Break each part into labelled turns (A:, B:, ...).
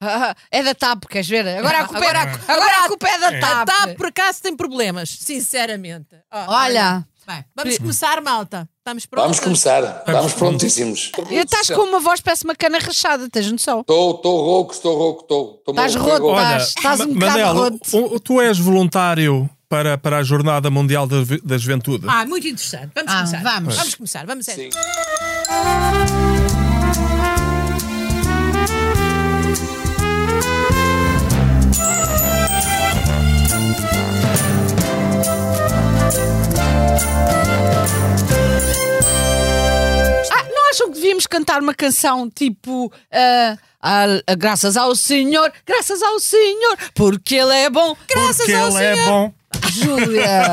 A: Ah, é da TAP, queres ver? Agora a culpa,
B: Agora-
A: era- agora a culpa é da
B: A
A: TAP.
B: TAP, tá, por acaso, tem problemas, sinceramente. Ó,
A: Olha.
B: Bem, vamos começar, malta. Estamos prontos?
C: Vamos começar,
D: Vamos
C: estamos prontíssimos.
A: Eu estás com uma voz, parece uma cana rachada, tens noção?
C: Estou, estou rouco, estou rouco, estou. estou
A: Estás
C: maluco,
A: roto.
C: rouco.
A: Estás- estás um
D: Ma-
A: bocado
D: Manel,
A: roto.
D: o- o- tu és voluntário para, para a Jornada Mundial da, Ve- da Juventude.
B: Ah, muito interessante. Vamos
A: Ah,
B: começar.
A: vamos.
B: Vamos começar, vamos a-
C: Sim.
A: Ah, não acham que devíamos cantar uma canção tipo ah, ah, ah, Graças ao Senhor, graças ao Senhor, porque Ele é bom. Graças
D: Porque
A: ao
D: ele é
A: Senhor.
D: bom.
A: Júlia.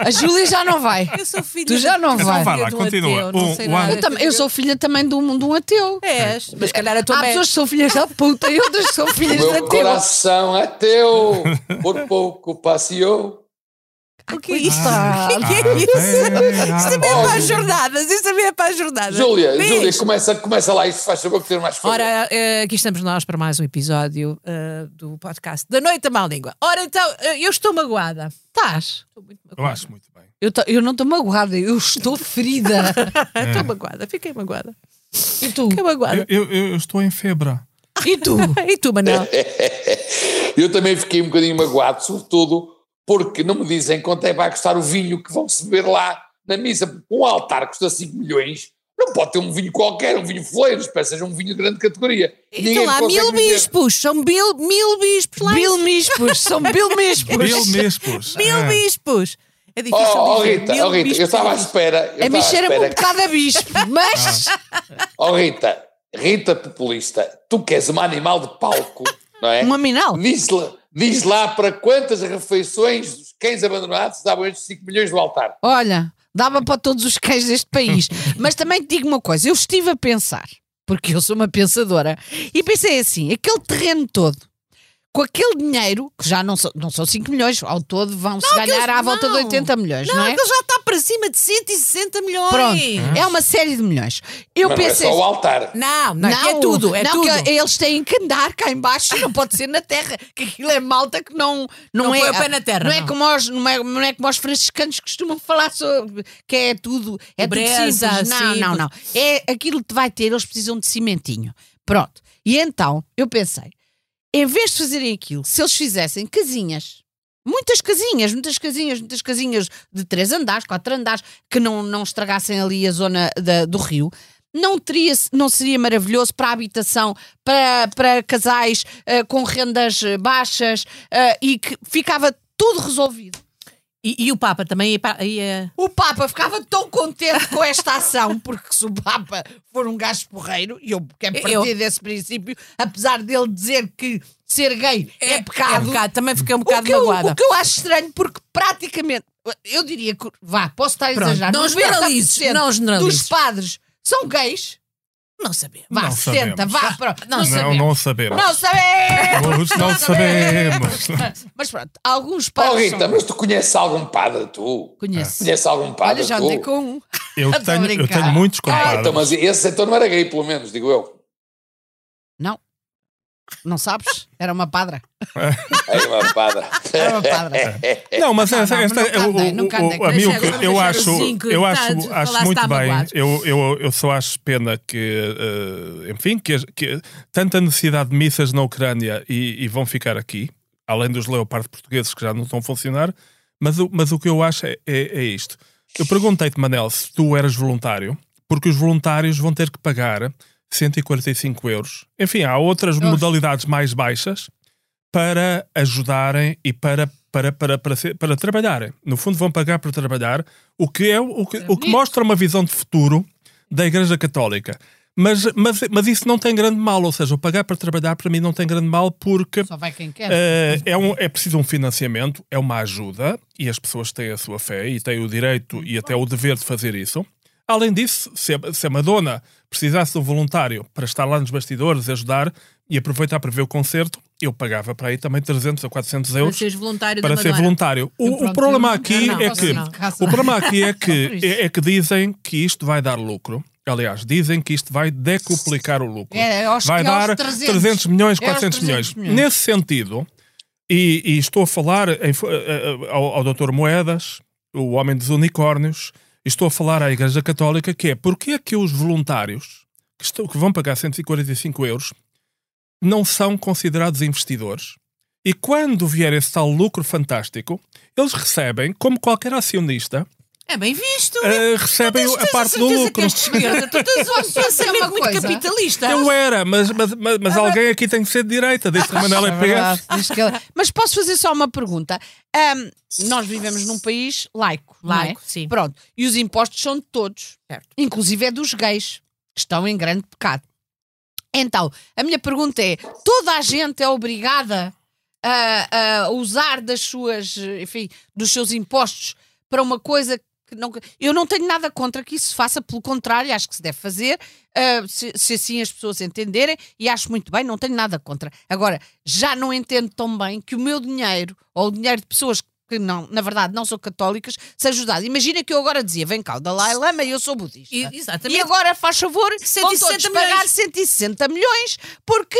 A: A Júlia já não vai.
B: Eu sou filha
A: Tu
B: de-
A: já não
B: eu sou
A: vai.
B: filha
D: Vai lá,
B: de um
D: continua.
B: ateu, não
D: Um,
B: sei
D: um
B: nada.
D: ano.
A: Eu, também, eu sou filha também de um, de um ateu.
B: És, mas se calhar a tua
A: Há
B: mãe.
A: pessoas que são filhas da puta e outras que são
C: O
A: filhas de
C: meu
A: ateu.
C: coração é teu, por pouco passeou.
B: O que é isto?
A: Ah,
B: O que é isso? Isto também é
C: ah,
B: para as
C: ah.
B: jornadas, isto também é para as jornadas.
C: Júlia,
B: Beijo.
C: Júlia, começa, começa lá isso, faz favor que ter mais favor.
B: Ora, eh, aqui estamos nós para mais um episódio eh, do podcast da Noite da Má Língua. Ora, então, eh, eu estou magoada.
A: Estás?
B: Estou muito
D: Eu
B: magoada.
D: acho muito bem.
A: Eu, tô- eu não estou magoada, eu estou ferida.
B: Estou magoada, fiquei magoada.
A: E tu?
B: Fiquei magoada.
D: Eu, eu- eu estou em febre.
A: E tu?
B: E tu, Manel?
C: É, Eu também fiquei um bocadinho magoado, sobretudo porque não me dizem quanto é que vai custar o vinho que vão se beber lá na missa. Porque um altar que custa 5 milhões, não pode ter um vinho qualquer, um vinho foleiro, espero que seja um vinho de grande categoria.
A: Então
B: Estão lá
C: consegue
B: mil
C: meter.
B: bispos, são mil, mil bispos lá.
A: Bill Mispos, são Bill Mispos.
D: Mil bispos.
B: Mil
D: Ah,
B: bispos. É difícil.
C: Oh, oh,
B: dizer.
C: Rita,
B: Mil
C: oh, Rita, eu
B: bispos.
C: estava à espera. Eu
A: A mim
C: estava à
A: cheira-me um
C: espera.
A: bocado a bispo, mas
C: Oh, Rita, Rita populista, tu que és uma animal de palco, não é?
A: um aminal.
C: Diz lá, diz lá para quantas refeições dos cães abandonados davam estes 5 milhões do altar.
A: Olha, dava para todos os cães deste país. Mas também te digo uma coisa: eu estive a pensar, porque eu sou uma pensadora, e pensei assim: aquele terreno todo, com aquele dinheiro, que já não, são- não são 5 milhões, ao todo vão-se ganhar
B: aqueles-
A: à volta de
B: não.
A: 80 milhões, não,
B: Não,
A: é?
B: aquilo já está para cima de 160 milhões.
A: Pronto, é uma série de milhões. Eu
C: Mas não é
A: pensei.
C: só o altar.
B: Não, não, é tudo, é
A: não,
B: tudo.
A: que eles têm que andar cá em baixo, não pode ser na terra, que aquilo é malta que não não,
B: Não
A: é
B: põe o pé na terra,
A: não, é
B: não.
A: como os não é, não é como os franciscanos costumam falar sobre que é tudo é tudo
B: Pobreza,
A: simples. Não,
B: simples.
A: não, não. É aquilo que vai ter, eles precisam de cimentinho. Pronto. E então, eu pensei, em vez de fazerem aquilo, se eles fizessem casinhas, muitas casinhas, muitas casinhas, muitas casinhas de três andares, quatro andares, que não, não estragassem ali a zona da- do rio, não, teria, não seria maravilhoso para a habitação, para, para casais eh, com rendas eh, baixas eh, e que ficava tudo resolvido.
B: E, e eh, o Papa também ia, pa- ia-
A: O Papa ficava tão contente com esta ação, porque se o Papa for um gajo porreiro, e eu quero partir
B: Eu-
A: desse princípio, apesar dele dizer que ser gay é,
B: É um
A: pecado,
B: bocado, também fiquei um
A: o
B: bocado
A: que, eu,
B: magoada.
A: o que eu acho estranho, porque praticamente, eu diria que, vá, posso estar a
B: Pronto,
A: exagerar,
B: não
A: 90%
B: generalizes, não generalizes.
A: dos padres são gays,
B: Não Ah, sabia.
A: vá,
D: Não
A: 70,
D: sabemos.
A: vá, pronto, não,
D: Não,
A: sabemos.
D: não sabemos.
A: Não sabemos!
D: Hoje não sabemos.
A: Mas pronto, alguns
C: Oh,
A: padres
C: Rita,
A: são...
C: mas tu conheces algum padre, tu?
A: Conheço.
C: Conheces algum padre,
A: Olha, já
C: tu?
A: andei com um.
D: Eu
A: Estou a
D: tenho, eu
A: brincar.
D: tenho muitos
C: Ah, então,
D: compadres.
C: mas esse então não era gay, pelo menos, digo eu.
A: Não. Não sabes? Era uma padra.
C: É uma padre.
A: Era uma padra.
C: É,
D: Não, mas essa,
A: não,
D: esta,
A: nunca
D: eu-
A: andei,
D: o-
A: nunca
D: o-
A: andei.
D: a mim o
B: Deixa
D: que
B: agora
D: eu
B: deixar
D: acho,
B: os cinco,
D: eu
B: tá,
D: acho,
B: falar se
D: acho muito
B: está
D: bem.
B: magoado.
D: Eu, eu, eu só acho pena que, eh, enfim, que, as- que tanta necessidade de missas na Ucrânia e, e vão ficar aqui, além dos leopardos portugueses que já não estão a funcionar, mas, o- mas o que eu acho é, é- é isto. Eu perguntei-te, Manel, se tu eras voluntário, porque os voluntários vão ter que pagar 145 euros. Enfim, há outras modalidades mais baixas para ajudarem e para, para, para, para, ser- para trabalharem. No fundo, vão pagar para trabalhar, o que, é, o, que, o que mostra uma visão de futuro da Igreja Católica. Mas, mas, mas isso não tem grande mal, ou seja, o pagar para trabalhar para mim não tem grande mal porque
A: Só vai quem quer.
D: eh, é, um- é preciso um financiamento, é uma ajuda e as pessoas têm a sua fé e têm o direito e até o dever de fazer isso. Além disso, se a, se a Madonna precisasse de um voluntário para estar lá nos bastidores, ajudar e aproveitar para ver o concerto, eu pagava para aí também 300 ou 400
B: Para
D: euros
B: seres voluntário
D: para
B: da
D: ser
B: Madonna.
D: voluntário. O, o
A: Pronto,
D: problema
A: eu-
D: aqui
B: não,
D: é
B: posso
D: que
B: não.
D: o problema aqui é que
A: Por isso.
D: é, é que dizem que isto vai dar lucro. Aliás, dizem que isto vai decuplicar o lucro.
A: É, aos-
D: vai
A: aos
D: dar
A: 300.
D: 300 milhões,
A: É aos
D: 400
A: 300
D: milhões.
A: milhões.
D: Nesse sentido, e, e estou a falar em fo- eh, eh, ao, ao Dr. Moedas, o homem dos unicórnios, e estou a falar à Igreja Católica, que é porque é que os voluntários que, estão, que vão pagar 145 euros não são considerados investidores? E quando vier esse tal lucro fantástico, eles recebem, como qualquer acionista,
B: É bem visto.
D: eh, recebem
B: Tens-
D: a
B: tens
D: parte do
B: certeza que
D: lucro.
B: estes senhores- Tu tens um pensamento
A: é uma
B: muito
A: coisa.
B: capitalista.
D: Eu era, mas, mas, mas, mas alguém aqui tem que ser de direita, disse Manuel
A: É verdade,
D: Pérez.
A: diz que ele- Mas posso fazer só uma pergunta? Ahm, nós vivemos num país laico, não é?
B: Laico, sim.
A: Pronto. E os impostos são de todos,
B: Certo.
A: inclusive é dos gays, que estão em grande pecado. Então, a minha pergunta é: toda a gente é obrigada a, a usar das suas, enfim, dos seus impostos para uma coisa que não. Eu não tenho nada contra que isso se faça, pelo contrário, acho que se deve fazer, ah, se, se assim as pessoas entenderem, e acho muito bem, não tenho nada contra. Agora, já não entendo tão bem que o meu dinheiro, ou o dinheiro de pessoas que não, na verdade não são católicas, seja ajudado. Imagina que eu agora dizia: vem cá, o Dalai Lama e eu sou budista. E
B: E-
A: é
B: Exatamente.
A: agora, faz favor,
B: 160
A: vão todos
B: milhões.
A: pagar 160 milhões, porque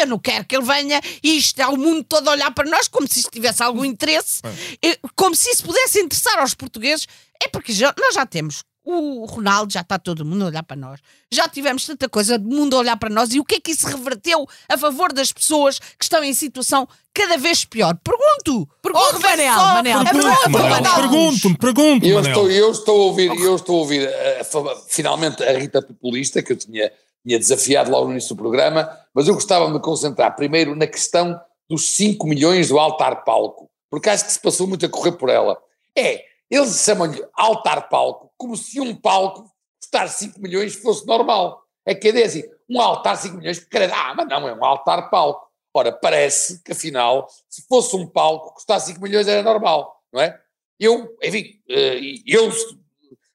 A: eu não quero que ele venha e isto é o mundo todo a olhar para nós como se isto tivesse algum interesse, eh, como se isso pudesse interessar aos portugueses. É porque já- nós já temos o Ronaldo, já está todo mundo a olhar para nós. Já tivemos tanta coisa do mundo a olhar para nós e o que é que isso reverteu a favor das pessoas que estão em situação cada vez pior? Pergunto!
B: Pergunto,
A: Ou reverte
B: Manel,
A: só- é
B: Manel.
A: Pergunto,
D: Pergunto, Manel.
A: Manel.
D: Pergunto-me, pergunto-me,
C: Eu
D: Manel.
C: estou, eu estou a ouvir, eu estou a ouvir eh, fa- finalmente a Rita Populista, que eu tinha, tinha desafiado logo no início do programa, mas eu gostava de me concentrar primeiro na questão dos 5 milhões do altar-palco, porque acho que se passou muito a correr por ela. É, eles chamam-lhe altar-palco, como se um palco custar 5 milhões fosse normal. É que é assim, um altar 5 milhões, credo, ah, mas não, é um altar-palco. Ora, parece que afinal, se fosse um palco, custar 5 milhões era normal, não é? Eu, enfim, eh, eu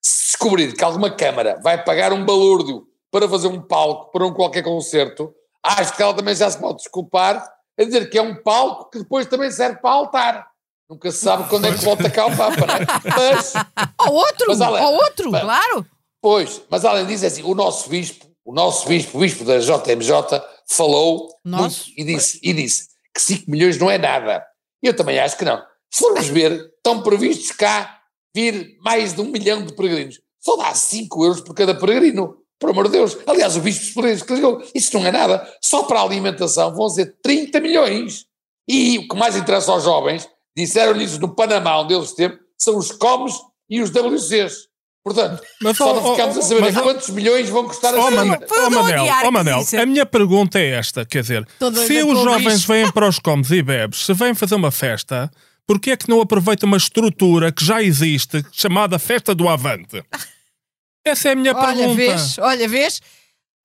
C: se descobrir que alguma câmara vai pagar um balúrdio para fazer um palco para um qualquer concerto, acho que ela também já se pode desculpar a dizer que é um palco que depois também serve para altar. Nunca se sabe quando é que volta cá o Papa, não é? Mas,
A: Ou outro,
C: Mas, olha,
A: ou outro.
C: pá,
B: Claro.
C: pois, mas além disso, é assim, o nosso bispo, o nosso bispo, o bispo da JMJ, falou
A: Nosso?
C: muito e disse, e disse que 5 milhões não é nada. Eu também acho que não. Se formos ver, estão previstos cá vir mais de um milhão de peregrinos. Só dá 5 euros por cada peregrino. Por amor de Deus. Aliás, o Bispo dos Peregrinos que ligou, isso não é nada. Só para a alimentação vão ser 30 milhões. E o que mais interessa aos jovens, disseram-lhes no Panamá, onde eles esteve, são os comes e os WCs. Portanto,
D: Mas,
C: só
D: ó,
C: não
D: ó,
C: ficamos a
D: ó,
C: saber é
D: mas, ó,
C: quantos milhões vão custar
D: ó,
C: a
D: Mane-
C: vida.
B: foi o
D: ó,
B: Dom
D: Oh, Manel,
B: Aguiar
D: ó,
B: que
D: Manel,
B: disse.
D: a minha pergunta é esta, quer dizer,
A: Tô doida
D: se
A: com
D: os
A: o
D: jovens
A: bicho.
D: vêm para os comes e bebes, se vêm fazer uma festa, porquê é que não aproveitam uma estrutura que já existe, chamada Festa do Avante? Essa é a minha
A: Olha,
D: pergunta.
A: vês, olha, vês.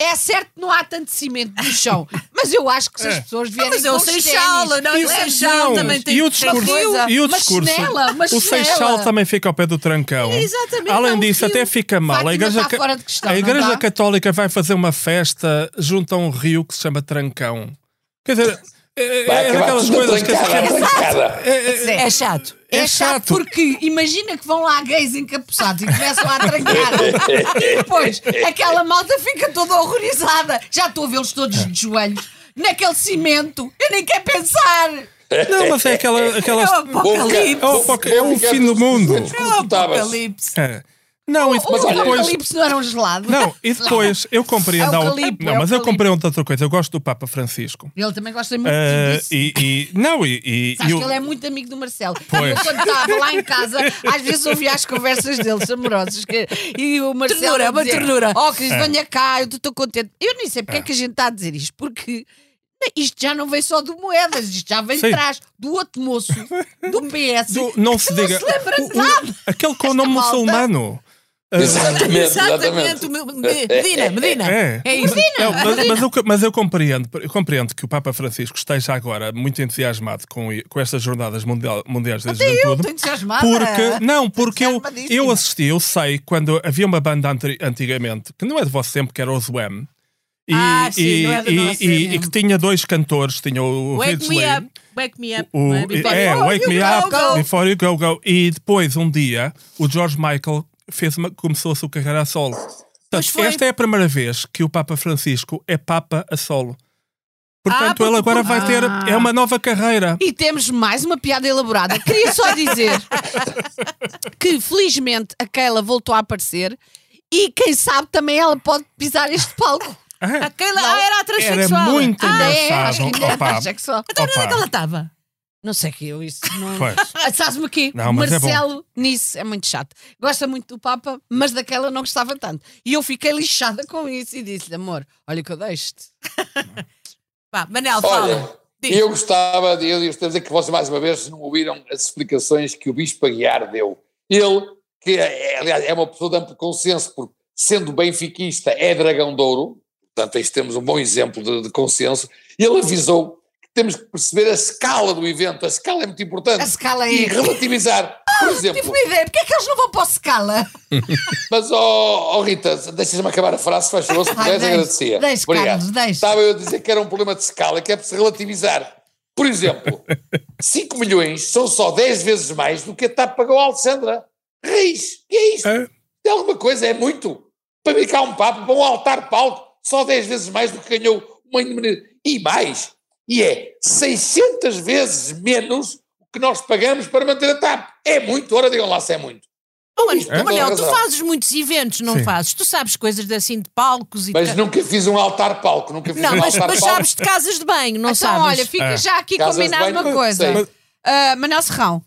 A: É certo que não há tanto cimento no chão, mas eu acho que se as
D: É.
A: pessoas vierem
B: Mas
A: com
B: é o
A: os
B: Seixal,
A: ténis-
B: não é? O
D: Isso
B: Seixal
D: não.
B: também tem
D: e o
B: tem que-
D: discurso,
A: coisa.
D: e o
A: Uma
D: discurso.
A: chinela, uma
D: o Seixal
A: chinela.
D: também fica ao pé do trancão.
B: Exatamente, é
D: Além
B: um
D: disso,
B: rio.
D: até fica mal.
A: Fátima
D: a Igreja,
A: está
D: Ca-
A: fora de questão,
D: a
A: não
D: Igreja
A: está?
D: Católica vai fazer uma festa junto a um rio que se chama Trancão. Quer dizer, é,
C: Vai
D: é
C: acabar
D: daquelas
C: tudo na
D: coisas que
C: trancada, na trancada.
D: é, é,
B: É chato.
A: É chato porque imagina que vão lá gays encapuçados e começam a trancar. e depois aquela malta fica toda horrorizada. Já estou a vê-los todos de joelhos, naquele cimento. Eu nem quero pensar.
D: Não, mas é aquela.
B: É
D: aquelas-
B: o apocalipse.
D: É o apoca- é o fim do mundo.
B: É o apocalipse.
D: É. Não, e
A: Mas
D: depois.
A: o
D: depois-
A: apocalipse não era um gelado.
D: Não, e depois eu compreendo.
A: É o
D: al-
A: calipo, é
D: Não,
A: o
D: mas eu
A: calipo.
D: compreendo outra coisa. Eu gosto do Papa Francisco.
A: Ele também gosta muito
D: Ah,
A: disso.
D: e, e- Não, e. e-
A: Sabes
D: e o-
A: que ele é muito amigo do Marcelo.
D: Pois.
A: Eu, quando estava lá em casa, às vezes ouvia as conversas deles, amorosas. que- e o Marcelo.
B: Ternura, é
A: a
B: uma
A: dizer,
B: ternura.
A: Oh, Cris,
D: É.
A: venha cá, eu estou contente. Eu nem sei porque é que a gente está a dizer isto, porque. Isto já não vem só do Moedas, isto já vem
D: Sim.
A: de trás do outro moço, do PS.
D: do- não se
A: que
D: diga.
A: Não se lembra de
D: o- o-
A: nada.
D: Aquele com o nome
A: Esta malta.
D: muçulmano.
C: Exatamente,
B: Exatamente.
C: exatamente.
B: o meu- Medina, Medina.
D: É.
B: É isso.
D: É, mas, mas eu, mas eu compreendo, eu compreendo que o Papa Francisco esteja agora muito entusiasmado com, i- com estas jornadas mundial- mundiais da
A: Estou
D: juventude.
A: entusiasmada.
D: Porque, não, porque eu,
A: entusiasmadíssima.
D: eu assisti, eu sei, quando havia uma banda antri- antigamente, que não é de vosso tempo, que era o Zwem, e,
B: Ah, sim,
D: e,
B: não é do
D: e-
B: nosso
D: e-
B: tempo.
D: e que tinha dois cantores, tinha o
B: Wake me
D: Ridgely,
B: up. Wake me up.
D: o,
B: não é? Before
D: é,
B: you go,
D: Wake Me
B: you
D: Up,
B: go, go.
D: Before You Go Go. E depois, um dia, o George Michael fez uma, começou a sua carreira a solo.
B: Pois
D: Portanto,
B: foi.
D: esta é a primeira vez que o Papa Francisco é Papa a solo. Portanto, ele
B: porque-
D: agora vai ter.
A: Ah.
D: É uma nova carreira.
A: E temos mais uma piada elaborada. Queria só dizer que felizmente a Keila voltou a aparecer e quem sabe também ela pode pisar este palco.
D: Ah,
B: Aquela ah, era a
D: era
B: transexual.
D: muito
A: Ainda é, acho que
D: engraçado.
A: ainda é
D: Opa,
A: transexual.
B: Então onde é
D: Opa.
B: que ela estava?
A: Não sei que eu isso não.
D: pois.
A: Ah, Sabes-me o quê?
D: Não, mas é
A: Marcelo, nisso, é muito chato. Gosta muito do Papa, mas daquela não gostava tanto. E eu fiquei lixada com isso e disse-lhe, amor, olha que eu deixo-te.
B: Vá, Manel,
C: Olha,
B: fala. Diz.
C: eu gostava de eu devo dizer que vocês mais uma vez não ouviram as explicações que o Bispo Aguiar deu. Ele, que é, é, aliás é uma pessoa de amplo consenso, porque sendo benfiquista é dragão de ouro, portanto aí temos um bom exemplo de, de consenso, e ele avisou que temos que perceber a escala do evento, a escala é muito importante,
A: A escala
C: e
A: é.
C: relativizar. Por
A: Tive
C: exemplo,
A: uma ideia, porque é que eles não vão para o Scala?
C: mas ó ó, Rita, deixas-me acabar a frase, se faz favor, se
A: Ai,
C: puderes
A: deixa,
C: agradecer.
A: deixa,
C: Obrigado.
A: Carlos, deixa.
C: Estava eu a dizer que era um problema de escala, que é para se relativizar. Por exemplo, 5 milhões são só 10 vezes mais do que a TAP pagou a Alessandra. Reis, que é
B: Ah.
C: isto?
D: É.
C: É alguma coisa, é muito. Para bicar um papo, para um altar palco, só 10 vezes mais do que ganhou uma indemnidade. E mais, e é 600 vezes menos o que nós pagamos para manter a TAP. É muito, ora digam lá se é muito.
B: Oh, Manel,
C: Isto tem
B: Manel, tu
C: razão.
B: fazes muitos eventos, não
D: Sim.
B: fazes? Tu sabes coisas de, assim de palcos e
C: Mas
B: de...
C: nunca fiz um altar palco, nunca fiz
B: Não,
C: um
B: mas,
C: altar
B: mas
C: palco.
B: sabes de casas de banho, não
A: então,
B: sabes?
A: olha, fica
D: É.
A: já aqui
C: Casas de
A: combinado
C: banho,
A: uma coisa.
C: sei.
D: Mas-
A: Ah, Manuel Serrão,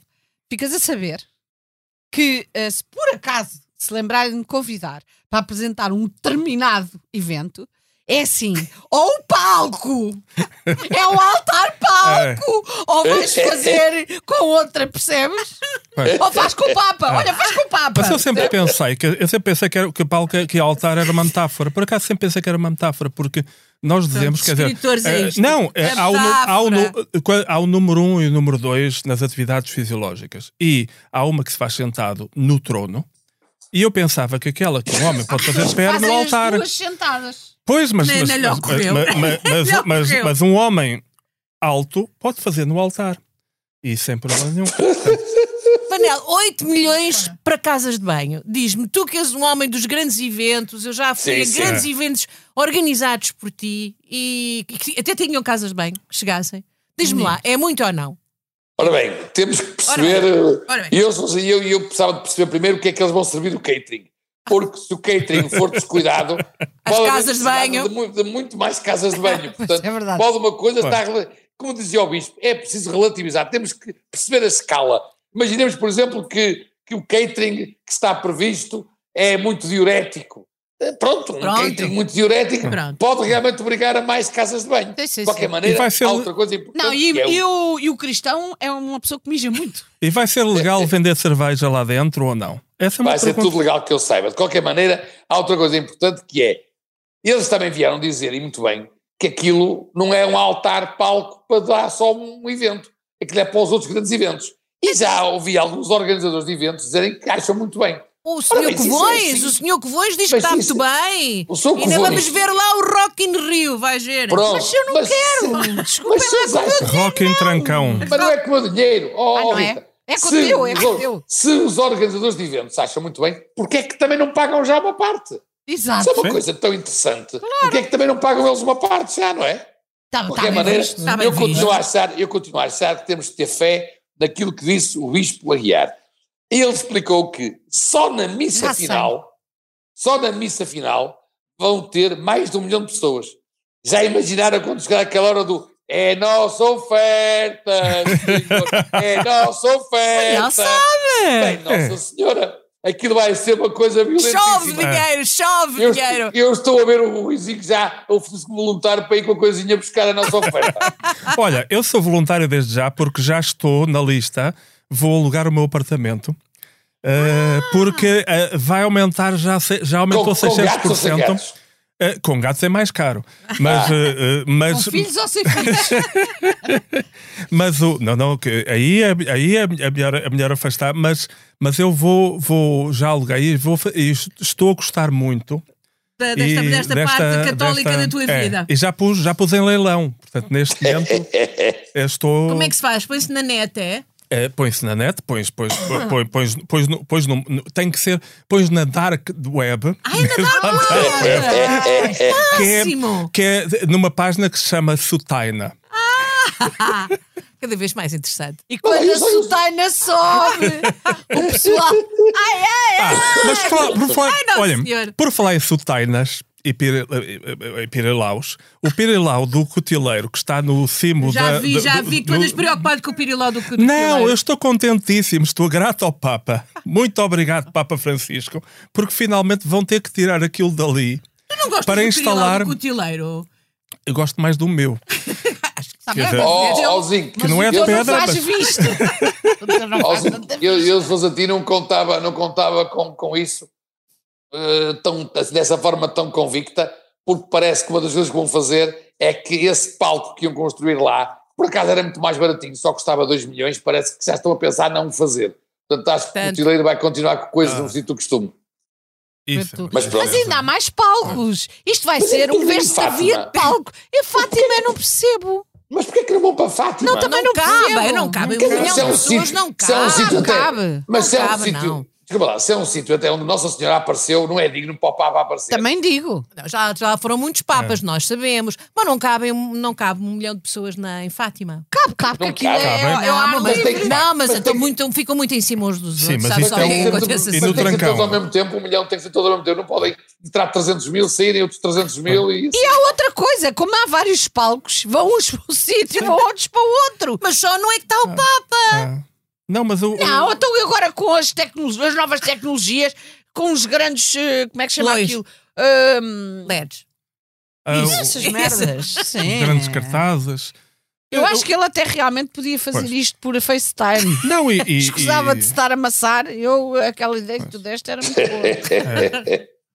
A: ficas a saber que ah, se por acaso se lembrarem de me convidar para apresentar um determinado evento, é assim, ou o palco, é o altar palco, ou vais fazer com outra, percebes?
D: É.
A: Ou faz com o Papa, olha, faz com o Papa.
D: Mas eu sempre pensei que eu sempre pensei que, era, que, o palco, que o altar era uma metáfora. Por acaso sempre pensei que era uma metáfora, porque nós dizemos, quer dizer.
B: escritores é
D: eh,
B: isto.
D: não, eh,
B: É
D: há, o, nu- há, o, nu-
B: metáfora.
D: eh, qua- há o número um e o número dois nas atividades fisiológicas. E há uma que se faz sentado no trono. E eu pensava que aquela que um homem pode fazer de pé era
A: Fazem
D: no altar.
A: as duas sentadas.
D: Pois, mas,
B: Nem-
D: mas,
B: nem lhe
D: mas,
B: ocorreu.
D: mas- mas- mas-
B: Não
D: mas-
B: ocorreu.
D: mas um homem alto pode fazer no altar. E sem problema nenhum.
B: Manel, 8 milhões para casas de banho. Diz-me, tu que és um homem dos grandes eventos, eu já fui
C: Sim,
B: a
C: sim.
B: grandes eventos organizados por ti e que até tinham casas de banho, que chegassem. Diz-me lá, é muito ou não?
C: Ora bem, temos que
B: Ora
C: perceber. eh,
B: bem, ora bem.
C: E eu, sou- e eu, e eu precisava de perceber primeiro o que é que eles vão servir do catering. Porque se o catering for descuidado,
B: As
C: pode haver
B: casas de
C: necessidade
B: banho.
C: De, mu- de muito mais casas de banho. Portanto,
A: é verdade.
C: pode uma coisa
D: Claro.
C: estar. rela- Como dizia o Bispo, é preciso relativizar. Temos que perceber a escala. Imaginemos, por exemplo, que, que o catering que está previsto é muito diurético. Eh, Pronto, um
B: Pronto.
C: catering muito diurético
B: Pronto.
C: pode realmente obrigar a mais casas de banho.
A: Sim, sim,
C: de qualquer
A: sim.
D: E
C: maneira,
D: vai ser-
C: há outra coisa importante.
A: Não, e,
C: que é o-
A: e o, e o cristão é uma pessoa que mija muito.
D: E vai ser legal vender cerveja lá dentro ou não? Essa é uma
C: Vai ser
D: pergunta.
C: tudo legal que eu saiba. De qualquer maneira, há outra coisa importante que é: eles também vieram dizer, e muito bem, que aquilo não é um altar-palco para dar só um evento. Aquilo é para os outros grandes eventos. E já ouvi alguns organizadores de eventos dizerem que acham muito bem.
B: O senhor
C: bem, isso é
B: Covões,
C: assim.
B: o senhor Covões diz que
C: Mas
B: está muito
C: isso-
B: bem.
C: O senhor
B: Ainda
C: Covões-
B: vamos ver lá o Rock in Rio, vais ver.
C: Pronto,
A: Mas eu não
C: mas-
A: quero. Desculpa é
C: Mas, vocês acham-
D: Rock em trancão.
C: mas não é com o meu dinheiro. Oh,
A: Ah, não é?
C: Rita,
A: É com o
C: se
A: teu, é
C: os
A: com o
C: or-
A: teu.
C: Se os organizadores de eventos acham muito bem, porquê é que também não pagam já uma parte?
A: Exato.
C: Isso é uma
D: sim.
C: coisa tão interessante. Porquê é que também não pagam eles uma parte já, não é?
A: Tá,
C: De
A: tá
C: qualquer
A: bem
C: maneira,
A: visto.
B: Está bem
C: eu,
B: visto.
C: continuo a achar, eu continuo a achar que temos de ter fé naquilo que disse o Bispo Aguiar. Ele explicou que só na missa
A: Já sei.
C: final, só na missa final, vão ter mais de um milhão de pessoas. Já imaginaram quando chegar aquela hora do é nossa oferta, Senhor, é nossa
B: Ele
C: oferta. Bem, Nossa Senhora, aquilo vai ser uma coisa
B: Chove
C: violentíssima.
B: dinheiro, chove
C: Eu,
B: dinheiro.
C: eu estou a ver o Ruizinho já a oferecer voluntário para ir com a coisinha buscar a nossa oferta.
D: Olha, eu sou voluntário desde já porque já estou na lista. Vou alugar o meu apartamento. eh, porque eh, vai aumentar, já, se- já aumentou
C: com, com
D: 600%.
C: gatos ou sem gatos?
D: Eh, com gatos é mais caro. Mas, eh, eh,
A: Com
D: mas,
A: filhos ou sem filhos?
D: Mas o. Não, não, que aí é, aí é, é, melhor, é melhor afastar, mas, mas eu vou, vou já aluguei e vou, fa- e est- estou a gostar muito.
B: Da- desta,
D: e
B: desta parte católica
D: desta-
B: da tua
D: é,
B: vida.
D: E já pus, já pus em leilão. Portanto, neste momento eu estou.
B: Como é que se faz? Põe-se na net, é?
D: Eh, põe-se na net, pões, pões, pões, pões, pões, no- pões no- no- tem que ser, pões na dark web.
B: Ai, na Dark
C: É,
B: Web!
C: é, é, é.
D: que é,
B: Máximo!
D: que é de- numa página que se chama Sutaina.
C: é
B: Cada vez mais interessante.
A: E quando
C: eu
A: a
C: sei-
A: sotaina sobe, o pessoal. Ai, ai, ai!
D: Ah, mas por falar- por falar,
B: Ai, não,
D: olha,
B: senhor.
D: por falar em Sutainas e pire- e- e- e Pirilaus, o Pirilau do Cutileiro que está no cimo
B: Já
D: da,
B: vi,
D: da-
B: já
D: do-
B: vi.
D: do-
B: Tu andas preocupado com o piriló do que do
D: Não, eu
B: piriló.
D: estou contentíssimo, estou grato ao Papa. Muito obrigado, Papa Francisco, porque finalmente vão ter que tirar aquilo dali.
B: Tu não gostas
D: para
B: do piriló
D: instalar-
B: do cutileiro?
D: Eu gosto mais do meu.
B: Acho que está
D: Quer
B: bem.
D: dizer-
B: mas
C: Oh,
B: eu-
C: oh, Zinho,
D: Que não é de
C: eu-
A: Não
D: pedra,
A: faz
D: mas-
A: visto. Eu não
C: Ó,
A: faço
C: Zé,
A: tanta
C: Oh, eu, eu se fosse a ti não contava, não contava com, com isso eh, tão, dessa forma tão convicta, porque parece que uma das coisas que vão fazer é que esse palco que iam construir lá, por acaso era muito mais baratinho, só custava 2 milhões, parece que já estão a pensar não o fazer. Portanto, acho que o
B: Portanto-
C: Tileiro vai continuar com coisas
D: Ah.
C: no sítio do costume.
D: Isso.
C: Mas pronto.
A: Mas ainda há mais palcos. Isto vai ser
C: eu
A: um
C: vi
A: vestido
C: é Fátima.
A: de palco. E Fátima eu não percebo.
C: Mas porquê que não vão para Fátima?
A: Não, também não,
B: cabe,
A: percebo.
B: não cabe.
C: Quer
B: Um
C: dizer,
B: milhão
C: se é
B: de
C: um
B: pessoas
C: sítio-
B: não
C: se é um
B: cabe.
C: sítio até-
A: cabe.
C: Mas
B: Não
C: se é um
B: cabe,
C: sítio.
B: não.
C: Desculpa lá, se é um sítio até onde Nossa Senhora apareceu, não é digno para o Papa aparecer.
A: Também digo.
B: Não, já, já foram muitos
D: É.
B: papas, nós sabemos. Mas não cabe, não cabe um milhão de pessoas na, em Fátima.
A: Cabe, cabe, que
C: Não
A: aquilo
C: cabe.
B: Tá
A: é.
D: Cabe.
A: é o ar
B: mas,
A: livre.
C: tem que-
B: não, mas
C: mas
B: então
C: tem que-
B: muito, ficam muito em cima uns dos
D: Sim,
B: outros.
D: mas
B: sabes?
D: isto
B: Olha,
D: é um-
B: que
C: Tem que ser
B: acontece
C: tudo-
D: E
B: assim.
D: no
C: mas tem que ser
D: trancão?
C: todos ao mesmo tempo, um milhão tem que ser todos ao mesmo tempo. Não podem entrar 300 mil, saírem outros 300 mil e isso.
A: E há outra coisa, como há vários palcos, vão uns para um sítio, vão outros para o outro.
B: Mas só não é que está o Papa.
D: Ah. Não, mas o.
A: Não, então agora com as, tecno- as novas tecnologias, com os grandes. eh, Como é que chama
B: Pois.
A: aquilo? Ahm,
B: LEDs.
D: ah, o-
A: essas merdas. Sim.
D: grandes cartazes.
A: Eu acho que ele até realmente podia fazer
D: Pois.
A: isto por a FaceTime.
D: Não, e. e-
A: Escusava
D: e-
A: de estar a amassar. Eu, aquela ideia que tu deste era muito boa.
C: é-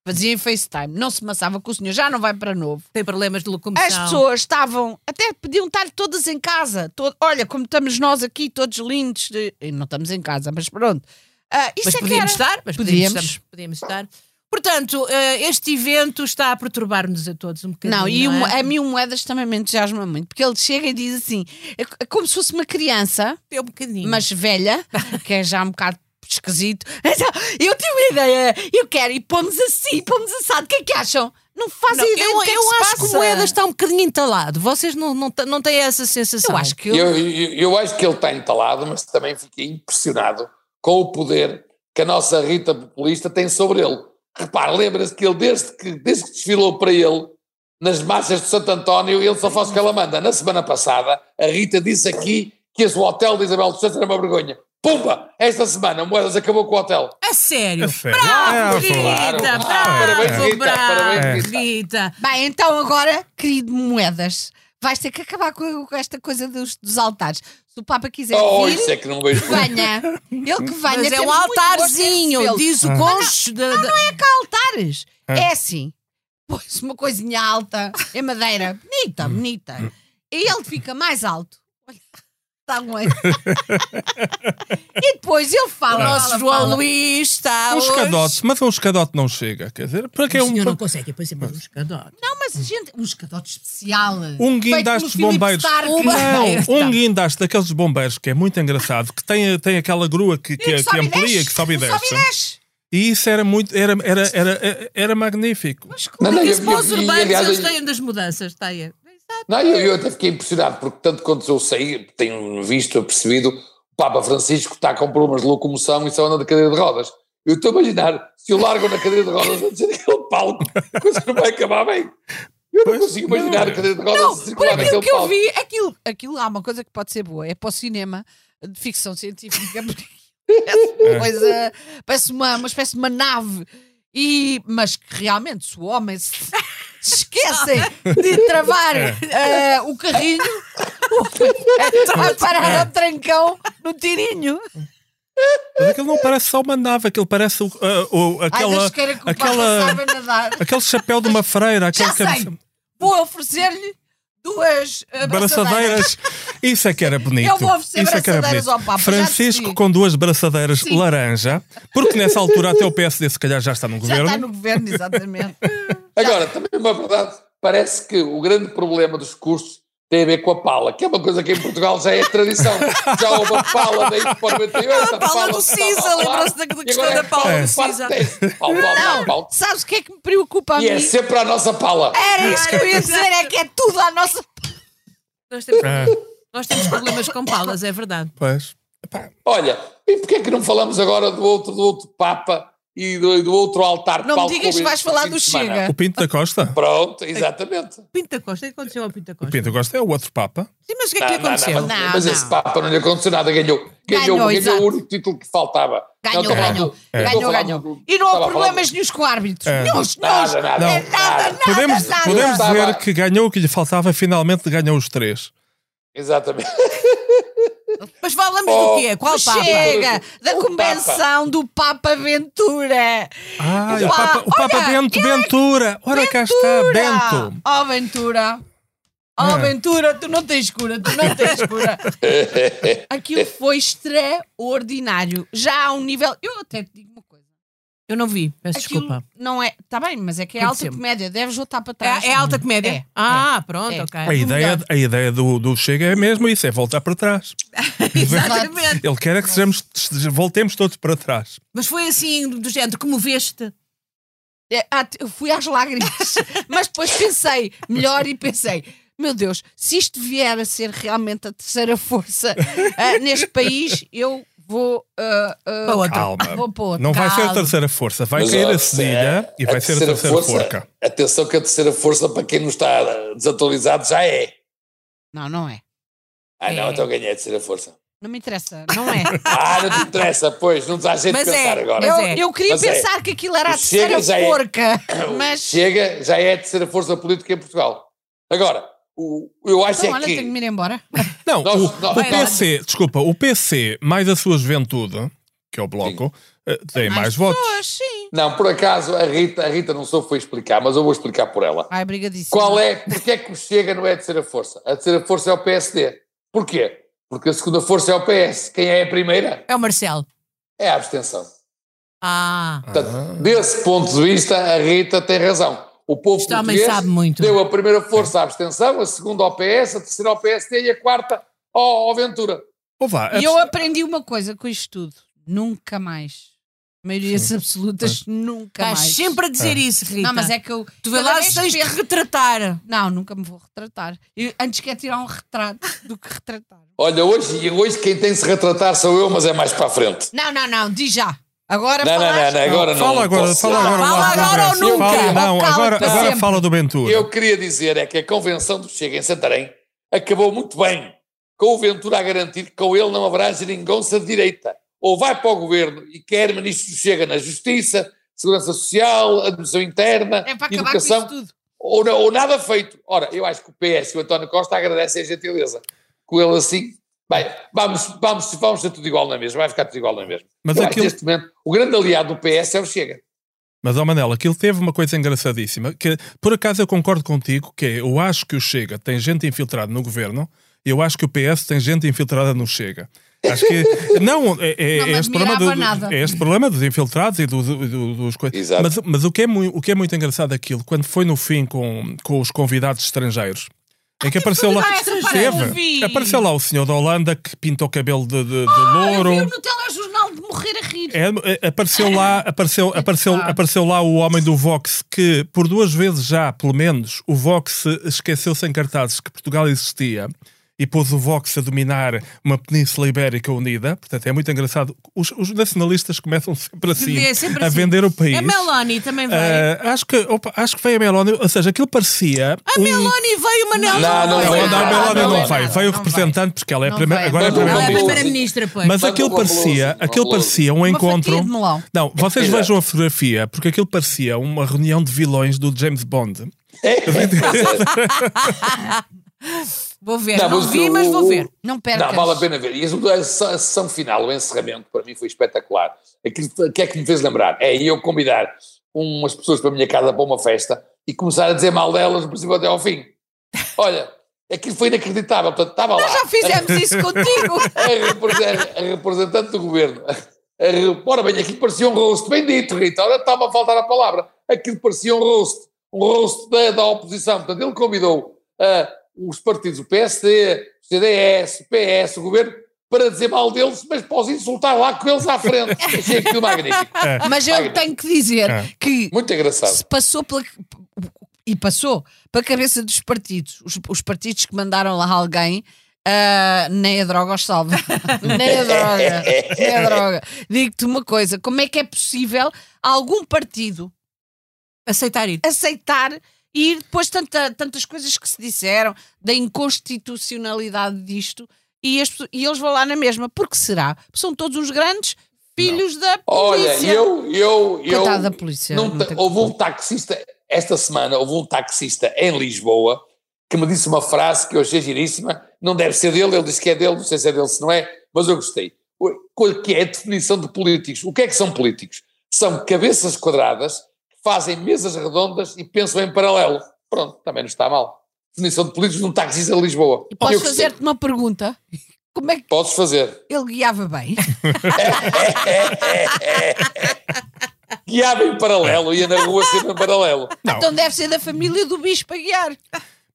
A: Fazia em FaceTime. Não se amassava com o senhor. Já não vai para novo.
B: Tem problemas de locomoção.
A: As pessoas estavam, até podiam estar todas em casa. To- olha, como estamos nós aqui, todos lindos. de- e não estamos em casa, mas pronto. Ah, isso
B: Mas
A: é que era.
B: podíamos estar, mas podíamos.
A: Podíamos.
B: estar- podíamos estar. Portanto, eh, este evento está a perturbar-nos a todos um bocadinho.
A: Não, e o,
B: é?
A: a mim o Moedas também me entusiasma muito, porque ele chega e diz assim, é c- é como se fosse uma criança,
B: É um bocadinho.
A: mas velha, que é já um bocado esquisito. Então, eu tive uma ideia, eu quero, e pomos assim, pomos assado, o que é que acham? Não fazem
B: Não, eu
A: ideia do que é
B: eu
A: que se
B: acho que
A: passa.
B: o Moedas está um bocadinho entalado. Vocês não, não, t- não têm essa sensação.
A: Eu acho que
C: Eu,
A: ele...
C: eu, eu acho que ele está entalado, mas também fiquei impressionado com o poder que a nossa Rita Populista tem sobre ele. Repare, lembra-se que ele, desde que, desde que desfilou para ele, nas marchas de Santo António, ele só faz o que ela manda. Na semana passada, a Rita disse aqui que esse hotel de Isabel dos Santos era uma vergonha. Pumba! Esta semana, Moedas acabou com o hotel.
B: A sério.
D: A sério.
B: Bravo,
D: Ah,
B: Rita!
C: É claro.
B: Bravo,
C: Parabéns, Rita, É.
B: bravo,
C: parabéns,
B: Rita.
A: Bem, então agora, querido Moedas, vais ter que acabar com, com esta coisa dos, dos altares. Se o Papa quiser
C: Oh,
A: vir,
C: isso é que não vejo.
A: venha. Ele que venha.
B: Mas é
A: temos muito
B: um
A: gosto em
B: altarzinho,
A: recebê-lo.
B: diz o
D: Ah.
B: cônjuge.
A: é
B: da- da-
A: altares. É assim. Põe-se uma coisinha alta em madeira.
D: Hum.
A: Bonita, bonita. E ele fica mais alto. Olha, Está longe. e depois ele fala.
B: Nosso
A: fala,
B: João
A: fala.
B: Luís está
A: Tá
D: Um
B: hoje.
D: escadote, mas um escadote não chega, quer dizer, para que é
B: O
D: um,
B: senhor não
D: para-
B: consegue, depois é mais um escadote.
A: Não, mas a gente. Um escadote especial. feito
D: um
A: pelo
D: guindaste de
A: Filipe
D: bombeiros.
A: Stark.
B: Um
D: Não, um
B: Tá.
D: guindaste daqueles bombeiros que é muito engraçado, que tem, tem aquela grua que, que,
A: Que sobe
D: que
A: e
D: amplia,
A: desce,
D: que sobe e desce.
A: desce.
D: E isso era muito, era, era, era, era magnífico.
A: Mas como
C: Não, não,
B: Porque se para os
C: eu- eu-
B: urbanos
C: aliás,
B: eles
C: eu-
B: têm das mudanças, está aí. Exato.
C: Não, eu, eu até fiquei impressionado, porque tanto quanto eu sei, tenho visto, percebido, o Papa Francisco está com problemas de locomoção e só anda na cadeira de rodas. Eu estou a imaginar, se o largo na cadeira de rodas antes daquele um palco, a coisa não vai acabar bem. Eu não
D: Pois,
C: consigo imaginar
D: não.
C: a cadeira de rodas
A: Não,
C: a
A: por
C: circular
A: aquilo
C: naquele
A: que eu
C: palco.
A: vi, aquilo, aquilo há uma coisa que pode ser boa, é para o cinema de ficção científica, porque parece uma coisa, parece uma, uma espécie de uma nave, e, mas que realmente se o homem se, se esquecem de travar eh, o carrinho, o- vai parar ao trancão no tirinho.
D: Mas aquilo não parece só uma nave, aquilo parece o, a- o-
A: Ai,
D: aquela,
A: Deus queira que o
D: aquela-
A: aquela... sabe nadar.
D: aquele chapéu de uma freira, aquele
A: Já sei, vou oferecer-lhe duas eh, abraçadeiras.
D: Braçadeiras, isso é que era bonito.
A: Eu vou oferecer
D: isso é que era
A: braçadeiras
D: bonito.
A: ao Papa, já
D: Francisco
A: decidi.
D: com duas braçadeiras
A: Sim.
D: laranja, porque nessa altura até o PSD se calhar já está no
A: Já
D: governo.
A: está no governo, exatamente.
C: é Agora, também uma verdade, parece que o grande problema dos custos tem a ver com a pala, que é uma coisa que em Portugal já é tradição. já houve a pala da
B: Ah,
C: 48,
B: a pala do Cisa, lembram-se da- da questão
C: é
B: da pala do Cisa.
A: Não, sabes o que é que me preocupa a
C: E é
A: mim?
C: sempre a nossa pala.
A: Era isso que eu ia dizer, é que é tudo à nossa.
B: Nós temos,
D: Ah,
B: nós temos problemas com palas, é verdade.
D: pois.
C: Olha, e porquê é que não falamos agora do outro, do outro Papa e do, do outro altar de
A: Não me
C: Paulo
A: digas que
C: Coelho
A: vais
C: no
A: falar
C: fim
A: do
C: de semana?
A: Chega.
D: O Pinto da Costa?
C: Pronto, exatamente.
B: Pinto da Costa, o que aconteceu ao Pinto da
D: O
B: Costa?
D: Pinto da Costa é o outro Papa.
B: Sim, mas o que é que lhe aconteceu?
C: Não, mas,
A: Não,
C: mas
A: não.
C: esse Papa não lhe aconteceu nada, ganhou. Ganhou,
A: Ganhou,
C: ganhou,
A: exato.
C: o único título É que faltava.
A: Ganhou,
C: Não, estou a falar
A: ganhou.
C: do- estou a
A: Ganhou,
C: falar
A: ganhou.
C: do-
A: E não há
C: estava a falar
A: problemas
C: do-
A: nenhums com árbitros.
D: É.
A: Nenhums, nenhums.
C: Nada, nada.
D: Não.
A: É nada, nada,
D: Podemos,
A: nada.
D: podemos
C: Estava-
D: dizer que ganhou o que lhe faltava, finalmente ganhou os três.
C: Exatamente.
B: Mas falamos do
C: Oh,
B: quê? Qual papa?
A: Chega da
C: O Papa.
A: convenção do Papa Ventura.
D: Ah, e o
A: Uau,
D: Papa, o Papa
A: olha, é
D: Bento, Ventura. Ora cá está,
A: Ventura!
D: Bento.
A: Oh, Ventura!
D: Ah.
A: Oh, Ventura, tu não tens cura, tu não tens cura. Aquilo foi extraordinário. Já a um nível. Eu até te digo uma coisa.
B: Eu não vi, peço
A: Aquilo
B: desculpa.
A: não é. Está bem, mas é que é
B: Aconteceu-me.
A: alta comédia. Deves voltar para trás.
B: É, é alta comédia?
A: É,
B: ah, pronto,
A: é.
B: ok.
D: A ideia, a ideia do, do Chega é mesmo isso, é voltar para trás.
B: Exatamente.
D: Ele quer é que sejamos, voltemos todos para trás.
B: Mas foi assim, do género, como veste?
A: É, ah, t- eu fui às lágrimas. mas depois pensei, melhor, e pensei. Meu Deus, se isto vier a ser realmente a terceira força ah, neste país, eu vou. ah, ah,
B: Para
C: então.
B: outra.
D: Calma.
A: vou para outro.
D: Não vai ser a
A: Calma.
D: terceira força, vai
C: Mas,
D: cair
C: ó, é,
D: a cedilha e vai ser a terceira
C: força-
D: forca.
C: Atenção que a terceira força, para quem não está desatualizado, já é.
A: Não, não é.
C: Ah, não,
A: É.
C: então ganhei a terceira força.
A: Não me interessa, não é.
C: Ah, não te interessa, pois, não te dá jeito
B: Mas
C: de pensar
B: é,
C: agora.
B: mas
A: Eu,
B: é.
A: eu queria
C: Mas é.
A: pensar que aquilo era a
C: O Chega
A: terceira
C: já é-
A: porca, mas
C: Chega, já é a terceira força política em Portugal. Agora, o, eu acho
A: então,
C: é
A: olha,
C: que.
A: tenho de me ir embora.
D: Não,
C: Nós-
D: o,
C: nós-
D: o
C: Vai
B: lá.
D: PC, desculpa, o PC mais a sua juventude, que é o bloco, eh, tem mais, votos.
A: pessoas, sim.
C: Não, por acaso, a Rita, a Rita não soube foi explicar, mas eu vou explicar por ela.
A: Ai, brigadíssimo.
C: Qual é, porque é que o Chega não é a terceira força? A terceira força é o PSD. Porquê? Porque a segunda força é o PS. Quem é a primeira?
B: É o Marcelo.
C: É a abstenção.
B: Ah,
C: Portanto, desse ponto de vista, a Rita tem razão. O povo
B: Este homem
C: português
B: sabe muito.
C: deu a primeira força à abstenção, a segunda ao PS, a terceira ao PSD e a quarta ao, ao Ventura.
D: Ou vá,
A: E eu aprendi uma coisa com isto tudo. Nunca mais. Maiorias absolutas, nunca
B: estás
A: mais.
B: sempre a dizer isso, Rita.
A: Não,
C: tá?
A: mas é que eu...
B: Tu vê
A: cada
B: lá,
A: vez
B: tens
A: que
B: de
A: penso-
B: retratar.
A: Não, nunca me vou retratar. Eu, antes quer tirar um retrato do que retratar.
C: Olha, hoje, hoje quem tem de se retratar sou eu, mas é mais para a frente.
A: Não, não, não, diz já. Agora
C: Não, não, não,
A: falaste.
C: não, agora não.
D: fala agora,
C: posso.
D: fala agora,
B: Fala
D: lá do
B: agora ou
D: Congresso.
B: nunca?
D: Fala- não,
A: Ou cala-te
D: agora,
A: para
D: agora
A: sempre.
D: fala do Ventura.
C: Eu queria dizer é que a convenção do Chega em Santarém acabou muito bem, com o Ventura a garantir que com ele não haverá geringonça de direita. Ou vai para o governo e quer ministro do Chega na Justiça, Segurança Social, Administração Interna,
A: É para acabar com isso
C: Educação,
A: tudo.
C: ou, na- ou nada feito. Ora, eu acho que o PS e o António Costa agradecem a gentileza. Com ele assim, bem, vamos, vamos, vamos ser tudo igual na mesma, vai ficar tudo igual na mesma.
D: Mas
C: Eu acho que
D: aquilo-
C: neste momento, o grande aliado do PS é o Chega.
D: Mas, ó Manela, aquilo teve uma coisa engraçadíssima, que por acaso eu concordo contigo, que é, eu acho que o Chega tem gente infiltrada no governo, e eu acho que o PS tem gente infiltrada no Chega. Acho que. Não, é, é-
A: Não me
D: é este problema
A: admirava
D: do-
A: nada.
D: é este problema dos infiltrados e do- do- do- dos coisas.
C: Exato.
D: Mas, mas o, que é mui- o que é muito engraçado aquilo, quando foi no fim com, com os convidados estrangeiros. Em que apareceu lá,
A: essa parte eu vi.
D: teve, apareceu lá o senhor da Holanda que pinta o cabelo de, de, de louro.
A: Eu no telejornal de morrer a rir.
D: É, é, apareceu lá, apareceu, apareceu, apareceu lá o homem do Vox que por duas vezes já, pelo menos, o Vox esqueceu-se em cartazes que Portugal existia e pôs o Vox a dominar uma Península Ibérica unida. Portanto, é muito engraçado. Os, os nacionalistas começam sempre assim,
B: É sempre
D: a
B: assim.
D: vender o país.
B: A Meloni também veio.
D: Ah, acho que opa, acho que veio a Meloni, ou seja, aquilo parecia
B: a
D: um-
B: Meloni veio, uma
C: Não, não
D: Não, a Meloni
C: veio. Ah, não
D: não,
C: veio
D: veio,
A: nada,
D: veio o
A: não
D: representante porque ela é
A: Não
D: primeira,
A: veio.
D: agora é
C: Não, não
B: Ela é
C: veio.
D: primeira-ministra.
B: primeira-ministra, pois.
D: Mas
C: Mas
D: aquilo
C: uma blusa,
D: parecia,
C: uma
D: aquilo
C: blusa.
D: parecia um
A: Uma fatia
D: encontro.
A: de melão.
D: Não, vocês
C: Exato.
D: vejam a fotografia, porque aquilo parecia uma reunião de vilões do James Bond.
C: É?
B: Vou ver,
C: Não,
B: não,
C: mas
B: vi,
C: o-
B: mas vou
C: o-
B: ver.
A: Não percas.
C: Não, vale a pena ver. E a, a sessão final, o encerramento, para mim foi espetacular. Aquilo que- que é que me fez lembrar? É eu convidar umas pessoas para a minha casa para uma festa e começar a dizer mal delas do princípio até ao fim. Olha, aquilo foi inacreditável. Portanto, estava lá.
A: Nós já fizemos isso contigo.
C: A, represen- a representante do governo. A, re- ora bem, aquilo parecia um rosto. Bendito, Rita, ora estava a faltar a palavra. Aquilo parecia um rosto. Um rosto da, da oposição. Portanto, ele convidou ah, os partidos, o PSD, o CDS, o PS, o governo, para dizer mal deles, mas para os insultar lá com eles à frente. Achei aquilo magnífico.
A: Mas eu tenho que dizer
D: É.
A: que
C: Muito engraçado.
A: se passou pela. E passou para a cabeça dos partidos. Os, os partidos que mandaram lá alguém. ah, nem a droga os salva. nem a droga. nem a droga. Digo-te uma coisa: como é que é possível algum partido
B: Aceitar ir.
A: aceitar e depois tanta- tantas coisas que se disseram da inconstitucionalidade disto e, as pessoas- e eles vão lá na mesma. Porque será? São todos uns grandes filhos da
C: Olha,
A: polícia.
C: eu, eu, eu.
A: Coitado da polícia.
C: Não
A: não
C: te-
A: tem-
C: houve um taxista, esta semana, houve um taxista em Lisboa que me disse uma frase que eu achei giríssima. Não deve ser dele, ele disse que é dele, não sei se é dele, se não é, mas eu gostei. O- Qual que é a definição de políticos? O que é que são políticos? São cabeças quadradas que fazem mesas redondas e pensam em paralelo. Pronto, também não está mal. Definição de políticos de um taxista de Lisboa.
A: E posso
C: Eu gostei.
A: fazer-te uma pergunta? Como é que
C: Podes fazer.
A: ele guiava bem?
C: Guiava em paralelo, ia na rua sempre em paralelo.
D: Não,
A: Então deve ser da família do bispo a guiar.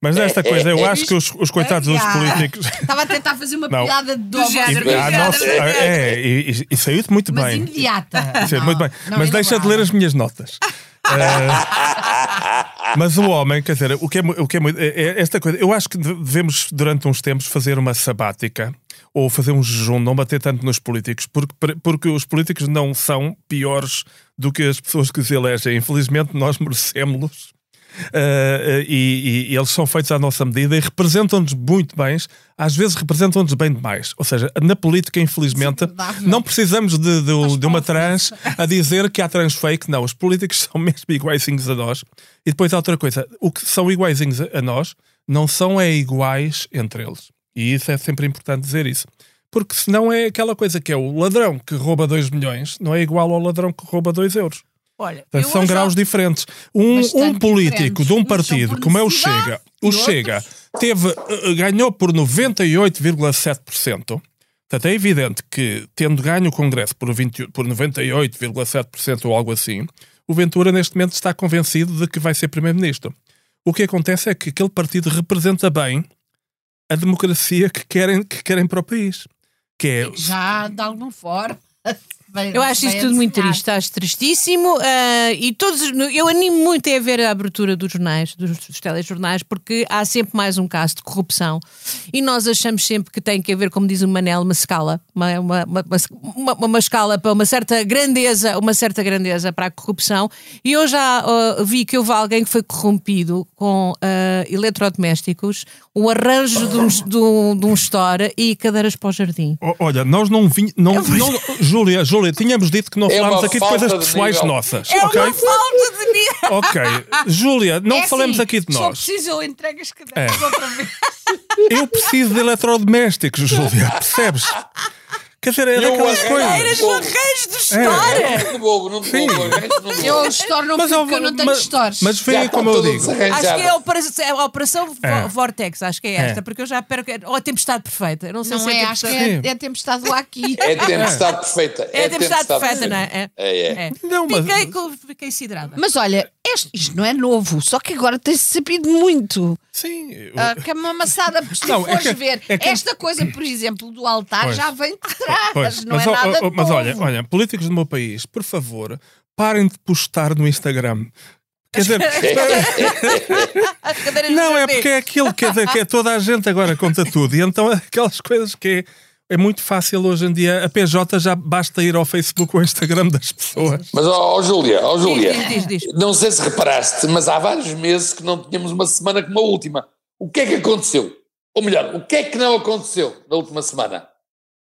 D: mas nesta coisa, eu
A: é
D: acho que os, os coitados dos
B: Ah.
D: políticos.
A: Estava a tentar fazer uma
D: Não.
A: piada do,
B: Do género,
A: homossexual,
D: Ah,
B: Obrigada,
D: nossa,
B: obrigada.
D: é, e, e- e saiu-te muito
A: mas
D: bem.
A: imediata.
D: Sim,
A: Não,
D: muito bem.
A: não é.
D: mas
A: inovava.
D: deixa de ler as minhas notas. Eh, mas o homem, quer dizer, o que é, mu- o que é muito. é- é esta coisa, eu acho que de- devemos, durante uns tempos, fazer uma sabática ou fazer um jejum, não bater tanto nos políticos, porque, porque os políticos não são piores do que as pessoas que os elegem. Infelizmente, nós merecemos-los. Eh, eh, e, e- e eles são feitos à nossa medida e representam-nos muito bem, às vezes representam-nos bem demais. Ou seja, na política, infelizmente,
A: Desagradável.
D: não precisamos de, de- de uma trans a dizer que há trans fake. Não, os políticos são mesmo iguaizinhos a nós. E depois há outra coisa: o que são iguaizinhos a nós não são é iguais entre eles. E isso é sempre importante dizer isso. Porque senão é aquela coisa que é o ladrão que rouba 2 milhões não é igual ao ladrão que rouba 2 euros.
B: Olha,
D: Portanto,
B: eu
D: são
B: hoje-
D: graus diferentes. Um,
A: Bastante
D: um político
A: diferentes.
D: de um
A: Uns são
D: partido,
A: por
D: como é o
A: necessidade e
D: Chega, o
A: outros-
D: Chega teve, eh, ganhou por 98,7%. Portanto, é evidente que, tendo ganho o Congresso por, 20 por 98,7% ou algo assim, o Ventura neste momento está convencido de que vai ser Primeiro-Ministro. O que acontece é que aquele partido representa bem a democracia que querem, que querem para o país. Que é,
A: Já de alguma forma. Bem-
B: Eu acho
A: bem
B: isso tudo muito
A: adivinhado.
B: triste, acho tristíssimo. ah, e todos, os- eu animo muito é a ver a abertura dos jornais, dos, dos telejornais, porque há sempre mais um caso de corrupção. E nós achamos sempre que tem que haver, como diz o Manel, uma escala, uma, uma, uma, uma- uma- uma escala para uma certa grandeza, uma certa grandeza para a corrupção. E eu já ah, vi que houve alguém que foi corrompido com ah, eletrodomésticos, o arranjo de um, de, um, de um store e cadeiras para o jardim.
D: O- Olha, nós não vinhamos.
A: É
D: Não, não, Júlia, Júlia, tínhamos dito que não
C: É uma
D: falámos aqui de
C: falta
D: coisas
C: de
D: pessoais
C: nível.
D: nossas.
B: É
D: ok?
B: uma falta de nível.
D: Ok. Júlia, não
A: É
D: falamos
A: assim,
D: aqui de
A: Se eu
D: nós.
A: preciso, eu entrego as cadeiras
D: É.
A: outra vez.
D: Eu preciso de eletrodomésticos, Júlia, percebes? Quer dizer, é
C: Eu
D: daquelas
C: acho-
D: coisas.
B: Cadeiras com arranjo É. de store.
C: Não devolvo, não devolvo, não devolvo.
A: Eu store não fico,
D: eu-
A: porque eu não tenho
D: mas-
A: stores.
D: Mas
C: Já
D: vê
C: estão
D: como eu
C: todas
D: digo.
B: Acho que
C: desarranjadas.
B: é a operação, é a operação vo-
D: É.
B: Vortex, acho que é esta,
D: É.
B: porque eu já perco. Ou a tempestade perfeita. Eu não sei
A: não
B: se
A: é,
B: é,
A: acho que
B: tempestade-
D: Sim.
A: é, é tempestade lá aqui.
C: É tempestade perfeita.
B: é, a tempestade perfeita, não é?
C: É, é.
D: Não, mas-
B: Fiquei, com- fiquei siderada.
A: Mas olha, este- isto não é novo, só que agora tem-se sabido muito.
D: Sim. eu-
A: Ah, que é uma amassada, se tu
D: Não, é
A: fores
D: que-
A: ver,
D: é que-
A: esta coisa, por exemplo, do altar
D: Pois.
A: já vem de trás,
D: Pois,
A: não
D: mas,
A: é
D: ó,
A: nada
D: ó,
A: de
D: mas
A: novo.
D: olha, olha, políticos do meu país, por favor, parem de postar no Instagram. Quer dizer,
B: As cadeiras
D: Não,
B: do
D: é
B: jardim.
D: porque é aquilo que, é- que é toda a gente agora conta tudo. E então aquelas coisas que é, é muito fácil hoje em dia. A PJ já basta ir ao Facebook ou Instagram das pessoas.
C: Mas, ó, ó, Júlia, ó, Júlia,
B: Diz, diz, diz.
C: não sei se reparaste, mas há vários meses que não tínhamos uma semana como a última. O que é que aconteceu? Ou melhor, o que é que não aconteceu na última semana?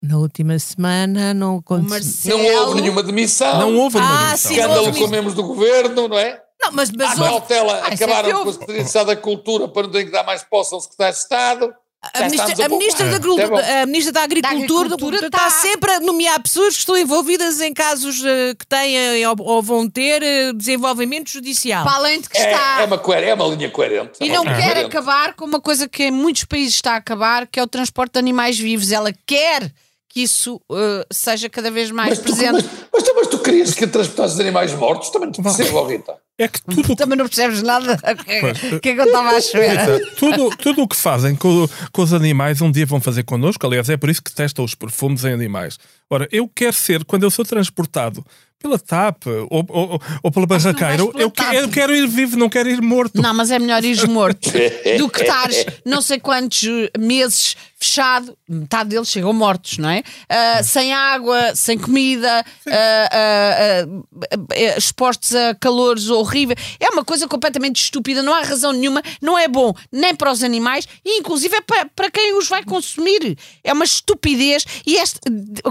B: Na última semana não
A: O
B: aconteceu.
A: Marcelo,
C: Não houve nenhuma demissão.
D: Não houve uma
B: Ah,
D: demissão.
B: é sim,
C: Escândalo
B: houve.
C: com membros do governo, não é?
B: Não, mas,
C: A
B: mas houve-
C: cautela
A: Ah, isso é que
C: acabaram com a
A: houve.
C: Secretaria da Cultura para não ter que dar mais posse ao Secretário de Estado.
B: a, ministra, a,
D: É.
B: Tá ministra da,
C: Agricultura.
B: Agricultura- a ministra da Agricultura,
A: Da Agricultura
B: está
A: tá.
B: sempre a nomear pessoas que estão envolvidas em casos eh, que têm eh, ou, ou vão ter eh, desenvolvimento judicial.
A: para além de que está.
C: É, é uma, coer- é uma linha coerente.
A: E
C: É
A: não
C: uma linha
D: Uhum.
A: quer
C: coerente.
A: acabar com uma coisa que em muitos países está a acabar, que é o transporte de animais vivos. Ela quer que isso eh, seja cada vez mais
C: Mas tu,
A: presente.
C: mas, mas, tu- mas tu querias que transportasses animais mortos? Também não te percebo, ó, Rita.
D: É que tudo o que
A: Também não percebes nada o que,
D: Pois.
A: o que é que eu estava à espera.
D: Rita, tudo, tudo o que fazem com, com os animais um dia vão fazer connosco. Aliás, é por isso que testam os perfumes em animais. Ora, eu quero ser, quando eu sou transportado pela TAP ou, ou, ou pela barraqueira,
A: vais pela
D: eu, que-
A: TAP.
D: eu quero ir vivo, não quero ir morto.
A: Não, mas é melhor ir morto do que estares não sei quantos meses fechado, metade deles chegam mortos, não é? Ah, sem água, sem comida, ah, ah, ah, eh, expostos a calores horríveis. É uma coisa completamente estúpida, não há razão nenhuma, não é bom nem para os animais e inclusive é para, para quem os vai consumir. É uma estupidez e este-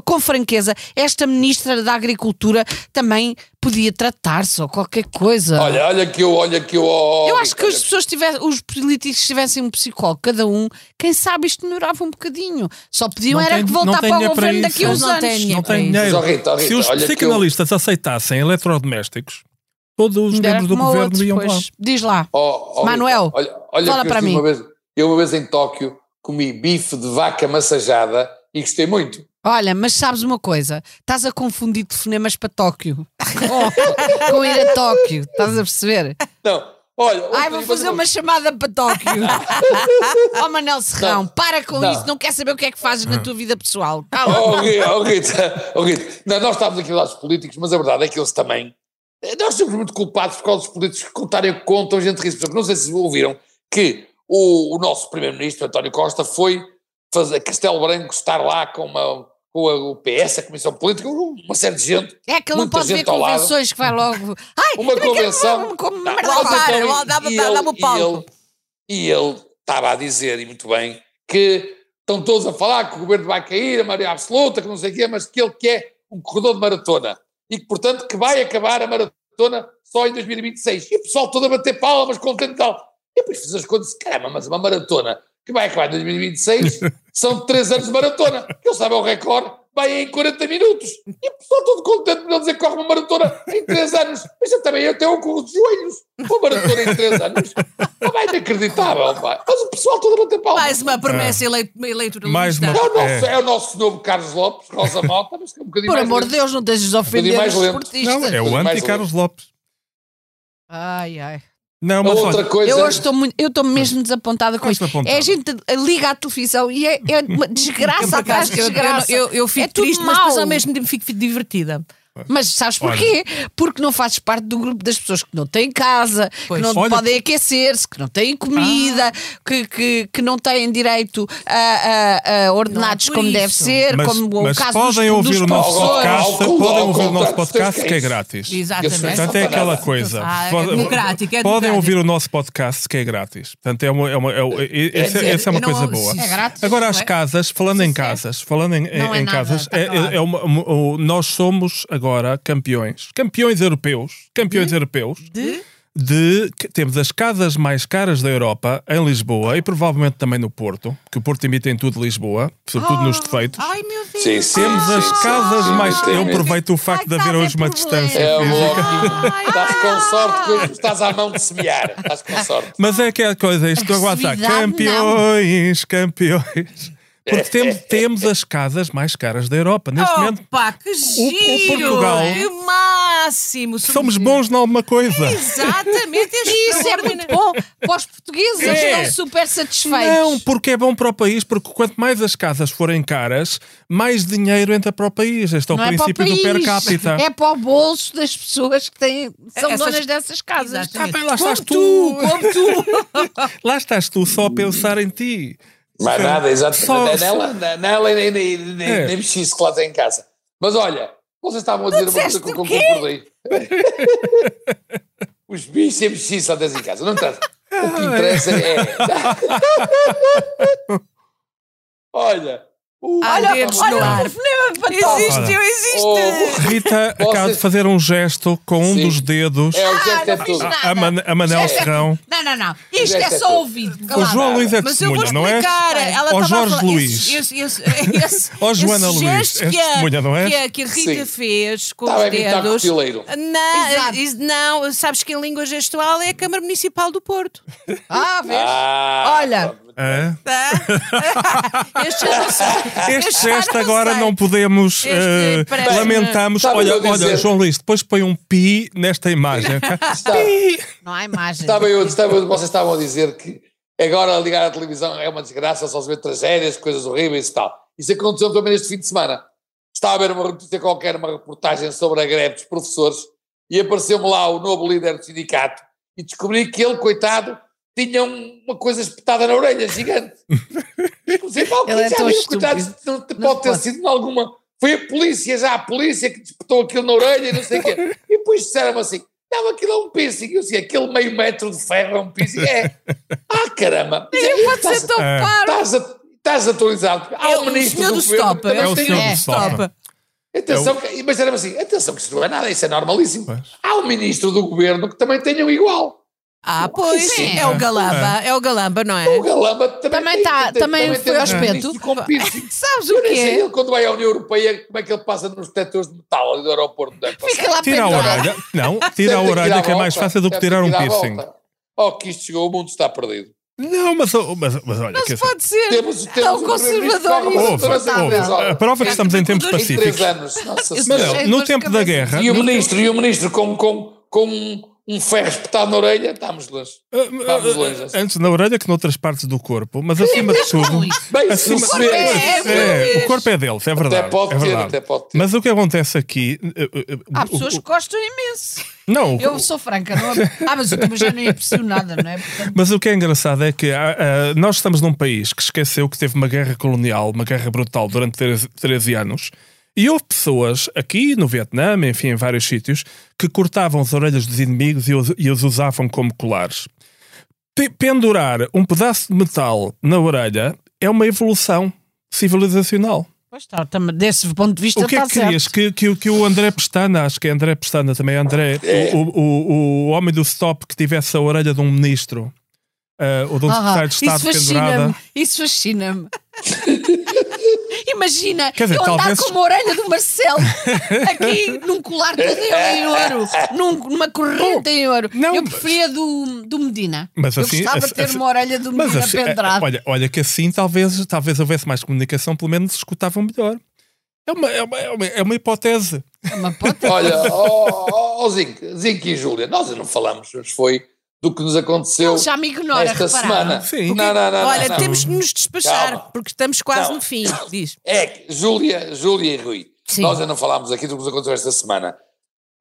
A: com franqueza, esta ministra da Agricultura também podia tratar-se ou qualquer coisa.
C: Olha, olha que eu, olha que eu. oh,
A: Eu acho que
C: Ricardo,
A: as pessoas tivessem, os políticos tivessem um psicólogo, cada um, quem sabe isto melhorava um bocadinho. Só podiam
D: Não
A: era
D: tem-
A: que
D: não
A: voltar
D: tem
A: para o
D: dinheiro para
A: governo
D: isso.
A: daqui a uns
B: Não tem
A: anos.
B: dinheiro.
D: Não tem
B: Mas,
D: dinheiro.
C: ó, Rita, ó, Rita,
D: Se os
C: olha que eu-
D: psicanalistas aceitassem eletrodomésticos, todos os
A: Era
D: membros do
A: como
D: governo
A: outros,
D: iam lá.
A: pois. Diz lá.
C: Oh, oh,
A: Manuel,
C: olha, olha
A: fala
C: que eu
A: para
C: estive
A: mim.
C: Uma vez, eu uma vez em Tóquio comi bife de vaca massajada e gostei muito.
A: Olha, mas sabes uma coisa? Estás a confundir telefonemas para Tóquio com, com ir a Tóquio. Estás a perceber?
C: Não, olha.
A: Ai,
C: outro-
A: vou fazer uma chamada para Tóquio. oh, Manel Serrão,
C: Não.
A: para com
C: Não.
A: isso. Não quer saber o que é que fazes na tua vida pessoal. Cala-te.
C: Oh, Ri- oh, Rita, oh, Rita. Não, nós estávamos aqui lá dos políticos, mas a verdade é que eles também. eh, Nós somos muito culpados por causa dos políticos que contarem o que contam, gente ri Não sei se ouviram que o, o nosso primeiro-ministro, António Costa, foi fazer Castelo Branco estar lá com, uma, com a, o PS, a Comissão Política, um, uma série de gente.
A: É que ele não
C: Muita
A: pode ver
C: gente ao lado.
A: convenções que vai logo. Ai, também
C: Uma
A: quero
C: convenção.
A: falar-me como
C: Não,
A: merda.
B: lá
C: mas
B: para,
C: então,
B: lá dava
C: e
B: para-
C: ele-
B: dava o
C: e
B: palco.
C: ele- E ele estava a dizer, e muito bem, que estão todos a falar que o governo vai cair, a maioria absoluta, que não sei o quê, mas que ele quer um corredor de maratona. E que, portanto, que vai acabar a maratona só em 2026. E o pessoal todo a bater palmas, contente e tal. E depois fiz as contas, caramba, mas uma maratona que vai acabar em 2026 são três anos de maratona. Ele sabe é o recorde, vai em 40 minutos. E o pessoal todo contente por ele dizer que corre uma maratona em três anos. Mas eu também eu tenho um corro de joelhos. Uma maratona em três anos. Ah, pá, inacreditável, pá. Mas o pessoal todo a bater palmas.
B: Mais uma promessa eleit- eleitoralista.
D: É. Mais uma-
C: É o, nosso,
D: É.
C: é o nosso novo Carlos Lopes, Rosa Malta, mas que é um bocadinho
A: Por
C: mais
A: amor de
C: lento. um
A: Deus, não deixes ofender
C: bocadinho
A: os
C: mais lento.
A: esportistas.
D: Não, é o
C: Mais um.
D: anti-Carlos Lopes.
A: Ai, ai.
D: Não,
C: A
D: mas
C: outra
D: olha,
C: coisa. é
A: Eu hoje estou muito, eu estou mesmo desapontada com
D: Estás
A: isto.
D: desapontada.
A: É a gente liga à televisão e é, é uma desgraça atrás de
B: Eu, eu,
A: desgraça.
B: eu, eu fico
A: é tudo
B: triste, mas
A: mau.
B: depois ao mesmo tempo fico divertida.
A: Mas sabes porquê? Porque não fazes parte do grupo das pessoas que não têm casa,
B: Pois.
A: que não
D: Olha-
A: podem aquecer-se, que não têm comida, que, que, que não têm direito a, a- a ordenados
B: por
A: como
B: isso.
A: deve ser,
D: mas,
A: como
D: mas
A: o caso
D: podem
A: dos,
D: ouvir
A: dos
D: o nosso
A: professores.
D: podcast,
C: Ao contrário,
D: podem
C: ao
D: ouvir o nosso
C: contrário,
D: podcast que é
C: vocês-
D: grátis.
B: Exatamente.
D: Portanto, é aquela coisa.
B: Ah, é
D: Pode-
B: democrático, é
D: podem
B: democrático.
D: ouvir o nosso podcast, que é grátis. Portanto, é uma, é uma- é o- é- essa,
B: dizer,
D: essa é uma
B: não-
D: coisa boa.
B: é
A: grátis,
D: Agora,
B: não
D: as
B: é?
D: casas, falando em casas, falando em,
A: Não é
D: em
A: nada,
D: casas,
A: tá
D: é-
A: calado.
D: é, é uma- uma- o- nós somos agora campeões, campeões europeus, campeões europeus de. que temos as casas mais caras da Europa em Lisboa e provavelmente também no Porto, que o Porto imita em tudo Lisboa, sobretudo nos defeitos.
B: Ai meu Deus.
C: Sim, sim,
D: Temos
C: sim,
D: as
B: ah,
C: sim,
D: casas
C: sim,
D: mais.
C: sim,
D: Eu
C: sim.
D: aproveito o facto de
A: Ai,
D: haver
A: casa é
D: hoje uma
A: problema.
D: distância.
C: É
D: física.
C: ótimo. Estás com sorte que estás à mão de semear. Estás com sorte.
D: Mas é aquela coisa, isto agora está.
A: Agressividade,
D: Campeões, campeões. Porque temos, temos as casas mais caras da Europa. Neste
A: Oh,
D: momento
B: Opa, que
D: o
B: giro!
D: Portugal-
B: Que máximo!
D: somos bons em alguma coisa.
B: Exatamente,
A: E Isso é muito bom para os portugueses, eles
D: É.
A: estão super satisfeitos.
D: Não, porque é bom para o país, porque quanto mais as casas forem caras, mais dinheiro entra para o país. Este é o
A: Não é para o
D: princípio do
A: país,
D: per capita.
A: É para o bolso das pessoas que têm, são
B: Essas-
A: donas dessas casas.
D: Ah,
B: Exatamente.
D: bem, lá estás tu,
B: tu, como tu!
D: lá estás tu só a pensar em ti.
C: Mais nada, exatamente.
D: Só-
C: É nela, na- nela e nem, nem, nem,
D: É.
C: nem mexi isso que lá tem em casa. Mas olha, vocês estavam a dizer uma coisa que eu concordei. Os bichos e mexiço só tens em casa. Não interessa. O que interessa é. olha. o-
B: Olha, Deus
A: Olha
B: no
A: o
B: ar.
A: telefonema para Tóquio.
B: Existe, eu
C: Oh.
A: é-
B: existo!
D: Rita acaba de fazer um gesto com um
C: Sim.
D: dos dedos.
C: É o
A: Ah,
C: gesto é
A: não fiz
C: tudo.
A: nada.
D: A, Man a Manel
A: Isto é-
D: Serrão.
A: Não, não, não. Isto
C: Isto
A: é
C: é
A: só
C: tudo.
A: ouvido.
D: O
A: calado.
D: João Luís é
B: Mas eu vou
D: testemunha, não é?
B: explicar. Ela
D: Ó
B: estava
D: Jorge
B: a falar,
D: Luís.
B: Esse, esse, esse, esse,
D: Ó Joana
B: esse
D: Luís,
B: gesto
D: és
B: que a,
D: testemunha, não é? és?
B: que a, que a Rita
C: Sim.
B: fez com
C: Estava a
B: os
C: evitar
B: dedos.
C: cotileiro.
B: Não,
A: Exato.
B: is- não, sabes que em língua gestual é a Câmara Municipal do Porto.
A: Ah, vês?
C: Ah,
A: Olha,
C: pronto,
D: É?
B: Este eu não sei.
D: Este
B: eu
D: gesto agora
B: sei.
D: não podemos.
B: Este
D: eh,
B: parece-
D: lamentamos.
C: Sabe o que
D: Olha,
C: eu vou
D: olha,
C: dizer?
D: João Luís, depois põe um pi nesta imagem. ok?
C: Está-
A: Não há imagem.
C: Estava eu, estava eu- vocês estavam a dizer que agora ligar à televisão é uma desgraça, só se vê tragédias, coisas horríveis e tal. Isso aconteceu também este fim de semana. Estava a ver uma notícia qualquer, uma reportagem sobre a greve dos professores, e apareceu-me lá o novo líder do sindicato, e descobri que ele, coitado, tinha um- uma coisa espetada na orelha, gigante. E Comecei, "Pá, o que
A: Ele é
C: já
A: tão
C: viu, coitado,
A: estúpido.
C: não te-
A: Não
C: pode ter
A: pode.
C: sido em alguma... Foi a polícia, já a polícia que despetou aquilo na orelha e não sei o quê. E depois disseram-me assim, não, aquilo é um piercing. Eu sei, aquele meio metro de ferro é um piercing. É. Ah, caramba. Mas é,
B: Pode ser tão
D: É.
B: paro.
C: Estás, a- estás atualizado. Há
B: É
C: um
B: o
C: ministro
B: senhor
C: do
B: do
C: governo
B: stop.
C: que também
B: É o
C: tem- um
D: senhor do
B: senhor do
D: stop.
B: stop.
C: Atenção, que- mas era assim, atenção que isso não é nada, isso é normalíssimo.
D: Pois.
C: Há um ministro do governo que também tem um igual.
B: Ah, pois.
A: Sim.
B: É o galamba. É o galamba, não é?
C: O Galamba também,
A: Também
C: tem,
A: tá-
C: tem-
A: também
C: tem
A: foi ao
C: um
A: espeto.
C: ministro com piercing.
B: Sabes
C: Eu
B: o
C: nem sei,
B: quê?
C: ele quando vai à União Europeia, como é que ele passa nos detectores de metal ali do aeroporto? Não é?
A: Fica lá
D: Tira a
A: pendurado.
D: orelha. Não, tira a
C: Deve ter
D: orelha
C: dar
D: que é mais
C: volta,
D: fácil do que
C: deve ter
D: tirar um
C: dar
D: piercing.
C: volta. Oh, que isto chegou, o mundo está perdido.
D: Não, mas, oh, mas, mas olha. quer dizer,
B: Pode ser.
C: Temos, temos
B: Tão
C: um primeiro-ministro que
B: conservador
C: ocupa
B: e
C: todas
D: Ouve,
C: as
D: ouve,
C: empresas.
D: a prova é que estamos em tempos
B: Em três
C: Em três
D: pacíficos.
C: anos, nossa senhora.
D: Manuel, no tempo da guerra.
C: é E o
D: no-
C: ministro, e o ministro com, com, com um, um ferro espetado na orelha, estamos longe. Estamos longe. assim.
D: eh, Antes na orelha que noutras partes do corpo, mas acima de tudo.
C: Bem, se
D: acima-
C: não se vê,
B: é,
D: É, o corpo é deles, é verdade.
C: até pode
D: é
C: ter,
D: verdade.
C: até pode ter.
D: Mas o que acontece aqui. eh, eh, eh,
A: Há
D: o-
A: pessoas
D: o-
A: que gostam imenso.
D: Não, o-
A: Eu sou franca, não é? Ah, mas eu também já não impressiono nada, não é? Portanto,
D: Mas o que é engraçado é que ah, ah, nós estamos num país que esqueceu que teve uma guerra colonial, uma guerra brutal durante 13, 13 anos. E houve pessoas aqui no Vietnã, enfim, em vários sítios, que cortavam as orelhas dos inimigos e os, e os usavam como colares. Pe- pendurar um pedaço de metal na orelha é uma evolução civilizacional.
A: pois está, tam- desse ponto de vista
D: O que é
A: está
D: que
A: certo.
D: querias? Que, que, o- que o André Pestana, acho que é André Pestana também, André, o, o, o, o homem do stop que tivesse a orelha de um ministro ah, ou de um secretário de
A: isso
D: Estado pendurada.
A: fascina-me, isso fascina-me. Imagina,
D: Quer dizer,
A: eu andar
D: talvez-
A: com uma orelha do Marcelo aqui num colar todo em ouro, num- numa corrente em ouro.
D: não,
A: eu
D: mas-
A: preferia do, do Medina.
D: Mas assim-
A: eu gostava
D: assim-
A: de ter
D: assim-
A: uma orelha do Medina
D: assim,
A: pendurada.
D: é, olha, olha que assim talvez, talvez houvesse mais comunicação, pelo menos se escutavam melhor. É uma, é uma, é uma, é uma hipótese.
A: É uma ponta.
C: Olha, ó oh, Zinc, Zinc e Júlia, nós não falamos, mas foi do que nos aconteceu
A: Ele já me ignora,
C: esta
A: repararam.
C: semana.
D: Sim.
C: Não, não, não, não,
B: Olha,
C: não.
B: temos que nos despachar,
C: Calma.
B: porque estamos quase
C: Não.
B: no fim. Diz.
C: É que, Júlia, Júlia e Rui,
B: Sim.
C: nós ainda não falámos aqui do que nos aconteceu esta semana.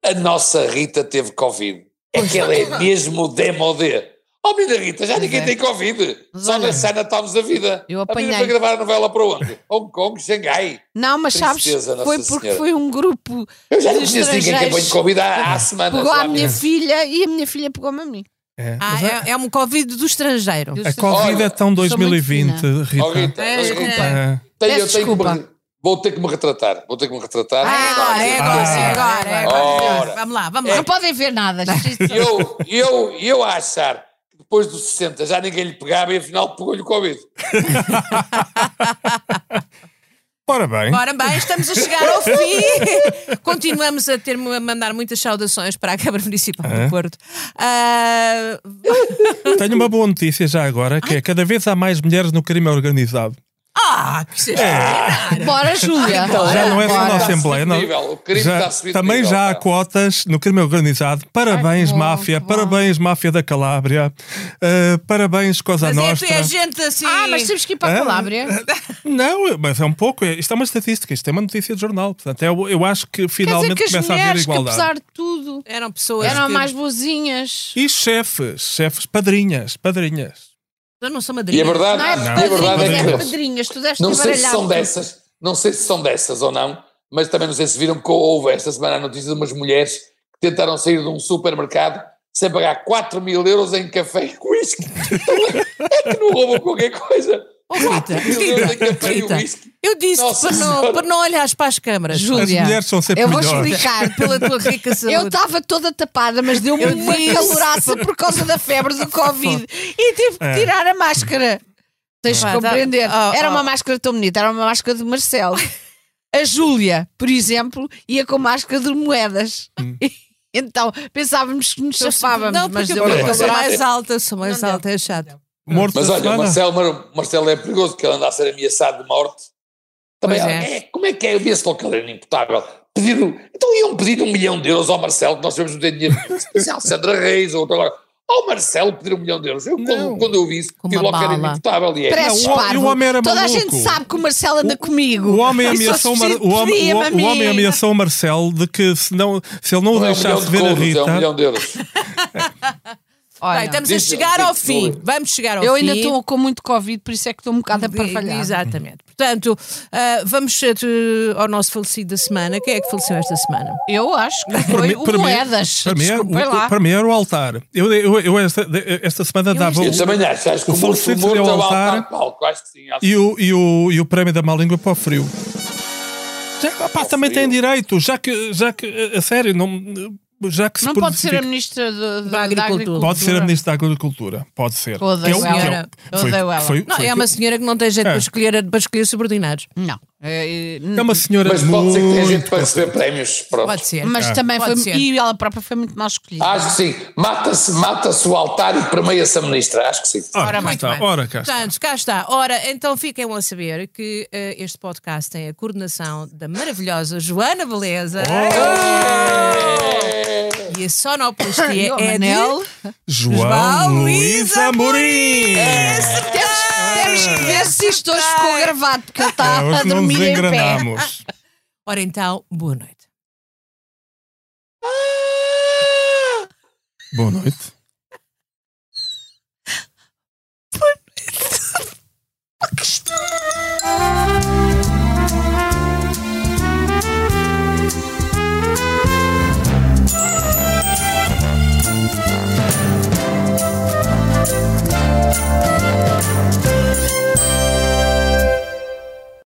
C: A nossa Rita teve Covid. É que ela é mesmo demodé. Oh, menina Rita, já ninguém
A: é.
C: tem Covid.
A: Mas
C: Só
A: olha,
C: na Sana estamos a vida.
A: eu
C: A menina
A: apanhei.
C: foi gravar a novela para onde? Hong Kong, Xangai.
A: Não, mas sabes,
C: Tristeza, Nossa
A: foi porque
C: Senhora.
A: foi um grupo
C: Eu já não
A: de
C: conheço ninguém que apanhe
A: estrangeiros
C: Covid há, há semanas.
A: pegou
C: lá
A: à minha
C: mesmo.
A: filha e a minha filha pegou-me a mim.
D: É.
B: Ah,
D: Mas a-
B: é, é um Covid do estrangeiro.
A: Eu
D: a
A: sou-
D: Covid é
A: sou
D: tão
A: muito
D: 2020,
A: fina.
D: Rita.
C: Oh, Rita,
B: É,
C: oh,
B: desculpa.
C: Rita,
D: É.
A: Peço
C: tenho- eu tenho que me
A: desculpa.
C: re- vou ter que me retratar. Vou ter que me retratar.
B: Ah, é agora,
D: Ah.
B: sim, agora, é agora.
C: Ora.
B: Vamos lá, vamos
C: É.
B: lá.
A: Não podem ver nada.
C: E eu, e eu, e eu a achar que depois dos 60 já ninguém lhe pegava e afinal pegou-lhe Covid.
D: Ora bem,
B: Ora bem, estamos a chegar ao fim. Continuamos a ter a mandar muitas saudações para a Câmara Municipal
D: É.
B: do Porto. Ah,
D: tenho uma boa notícia já agora, que é cada vez há mais mulheres no crime organizado.
B: ah, que seja.
A: é- Bora, Júlia.
D: já não é só
A: Bora.
D: na
C: está a
D: Assembleia,
C: subir
D: não.
C: nível, o crime está a subir
D: também
C: nível,
D: já há
C: pá.
D: cotas no crime organizado. Parabéns,
A: Ai, que bom,
D: máfia.
A: que bom.
D: Parabéns, máfia da Calábria. Uh, parabéns, Cosa
B: Mas é,
D: Nostra.
B: tu é gente assim.
A: Ah, mas temos que ir para a
D: Ah.
A: Calábria.
D: Não, mas é um pouco. é- Isto é uma estatística, isto é uma notícia de jornal. Portanto, é eu, eu acho que
A: Quer dizer
D: finalmente
A: que as
D: começa a haver
A: mulheres, que
D: igualdade.
A: apesar de tudo,
B: Eram pessoas.
A: eram
B: que...
A: mais boazinhas.
D: E chefes, chefes, padrinhas, padrinhas.
B: Eu não sou
C: E
B: madrinha.
C: a verdade,
A: Não é
D: Não.
C: e Ah, a verdade é
A: padrinhas, é
C: que
A: padrinhas. Tu deste
C: não sei se são
A: baralhado.
C: dessas, não sei se são dessas ou não, mas também não sei se viram que houve esta semana a notícia de umas mulheres que tentaram sair de um supermercado sem pagar 4 mil euros em café e whisky. é que não roubam qualquer coisa.
B: Oh, Rita,
C: Meu Deus, é que eu
B: Rita,
C: tenho
B: Rita,
C: whisky.
B: eu disse
C: Nossa
B: para não,
C: Senhora.
B: para não olhares para as câmaras.
D: As
A: Júlia,
D: mulheres são sempre
A: eu vou
D: melhores.
A: explicar.
B: Pela tua rica saúde.
A: Eu estava toda tapada, mas deu-me
B: Eu
A: uma
B: disse.
A: caloraça por causa da febre do Covid e tive que
D: É.
A: tirar a máscara. Tens de
B: Ah, tá.
A: compreender.
B: Ah,
A: Era
B: ah.
A: uma máscara tão bonita, era uma máscara do Marcelo. A Júlia, por exemplo, ia com máscara de moedas.
B: Hum.
A: Então pensávamos que nos
B: Não,
A: chafávamos,
B: Então, porque
A: mas
B: eu,
A: deu uma
B: eu sou
A: caloraça.
B: mais alta, sou mais
A: Não deu.
B: alta, é chato.
D: Morto
C: Mas
D: da
C: olha, o
D: semana.
C: Marcelo, Mar- Marcelo é perigoso, porque ele anda a ser ameaçado de morte. Também,
B: Pois
C: é. como é que é? Eu disse logo que ele era imputável. Pediram, então iam pedir um milhão de euros ao Marcelo, que nós sabemos que não ter dinheiro. Se a Sandra Reis ou outra agora. Ao Marcelo pedir um milhão de euros. Eu,
D: Não.
C: quando, quando eu vi isso,
B: Com
C: pedi
B: uma
C: logo que era
B: bala.
C: imputável. E é.
A: Parece
D: Não, o-
A: parvo.
D: um e o homem era
A: Toda a
D: maluco.
A: gente sabe que o Marcelo anda comigo.
D: O homem,
A: E só
D: ameaçou, o
A: se
D: Mar- o, homem,
A: pedia-me
D: o,
A: a
D: o homem
A: mim.
D: ameaçou o Marcelo de que se, não, se ele não o
C: Não é um milhão
D: deixasse
C: de
D: ver a
C: couros, é um
D: Rita.
C: milhão de euros.
A: Olha,
B: Bem, estamos a
C: Diz-
B: chegar ao
C: diz-
B: fim.
C: diz-
B: Vamos chegar ao
A: eu
B: fim.
A: ainda estou com muito Covid, por isso é que estou um bocado
B: De-
A: aparfalhada.
B: Exatamente. Portanto, ah, vamos eh, te- ao nosso falecido da semana. Quem é que faleceu esta semana?
A: Eu acho que foi o Moedas.
D: para, mim, era
A: Desculpem
D: o-
A: lá.
D: para mim era o altar. Eu, eu, eu esta, de- esta semana dava
C: Eu
D: o,
C: também acho, acho que
D: O
C: o morto
D: falecido
C: morto é
D: seria
C: o
D: o
C: altar
D: altar.
C: palco. Acho que sim. acho
D: e, o, e, o, e o prémio da má língua para o frio. Já, pá, também tem direito, já que, já que a sério, não, já que se
A: Não pode ser a
D: produzifica-
A: ministra do- do-
B: Da
A: da
B: Agricultura.
A: Agricultura.
D: é Pode ser a Ministra da Agricultura, pode ser.
A: Odeio
D: Que é o- que é o-
A: ela.
D: foi-
A: Odeio ela.
D: foi-
B: Não,
D: foi-
B: é uma senhora que não tem jeito
D: É.
B: para, escolher, para escolher subordinados.
A: Não. Eh,
D: é uma senhora
C: Mas pode ser que tenha gente
D: muito...
C: para receber prémios. Pronto.
B: Pode ser.
D: Ah.
A: Mas também
B: Pode
A: foi.
B: ser.
A: E ela própria foi muito mal escolhida.
C: Acho que sim. Mata-se mata o altar e permeia-se a ministra. Acho que sim.
D: Ora,
B: Ora,
D: cá
B: muito
D: está,
B: bem.
D: Tá, ora, cá está.
B: Portanto, cá está. Ora, então fiquem a saber que eh, este podcast tem a coordenação da maravilhosa Joana Beleza e a
A: E
D: Ah,
B: sonoplastia
A: o
B: é
A: Manel?
B: de...
D: João
B: João
D: Luís
B: Luís
D: Amorim!
A: Temos, temos que ver se isto hoje ficou gravado, porque ele está
D: Ah. É,
A: a
D: hoje não nos
A: dormir em pé.
D: engranamos.
B: Ora então, boa noite.
D: Boa noite.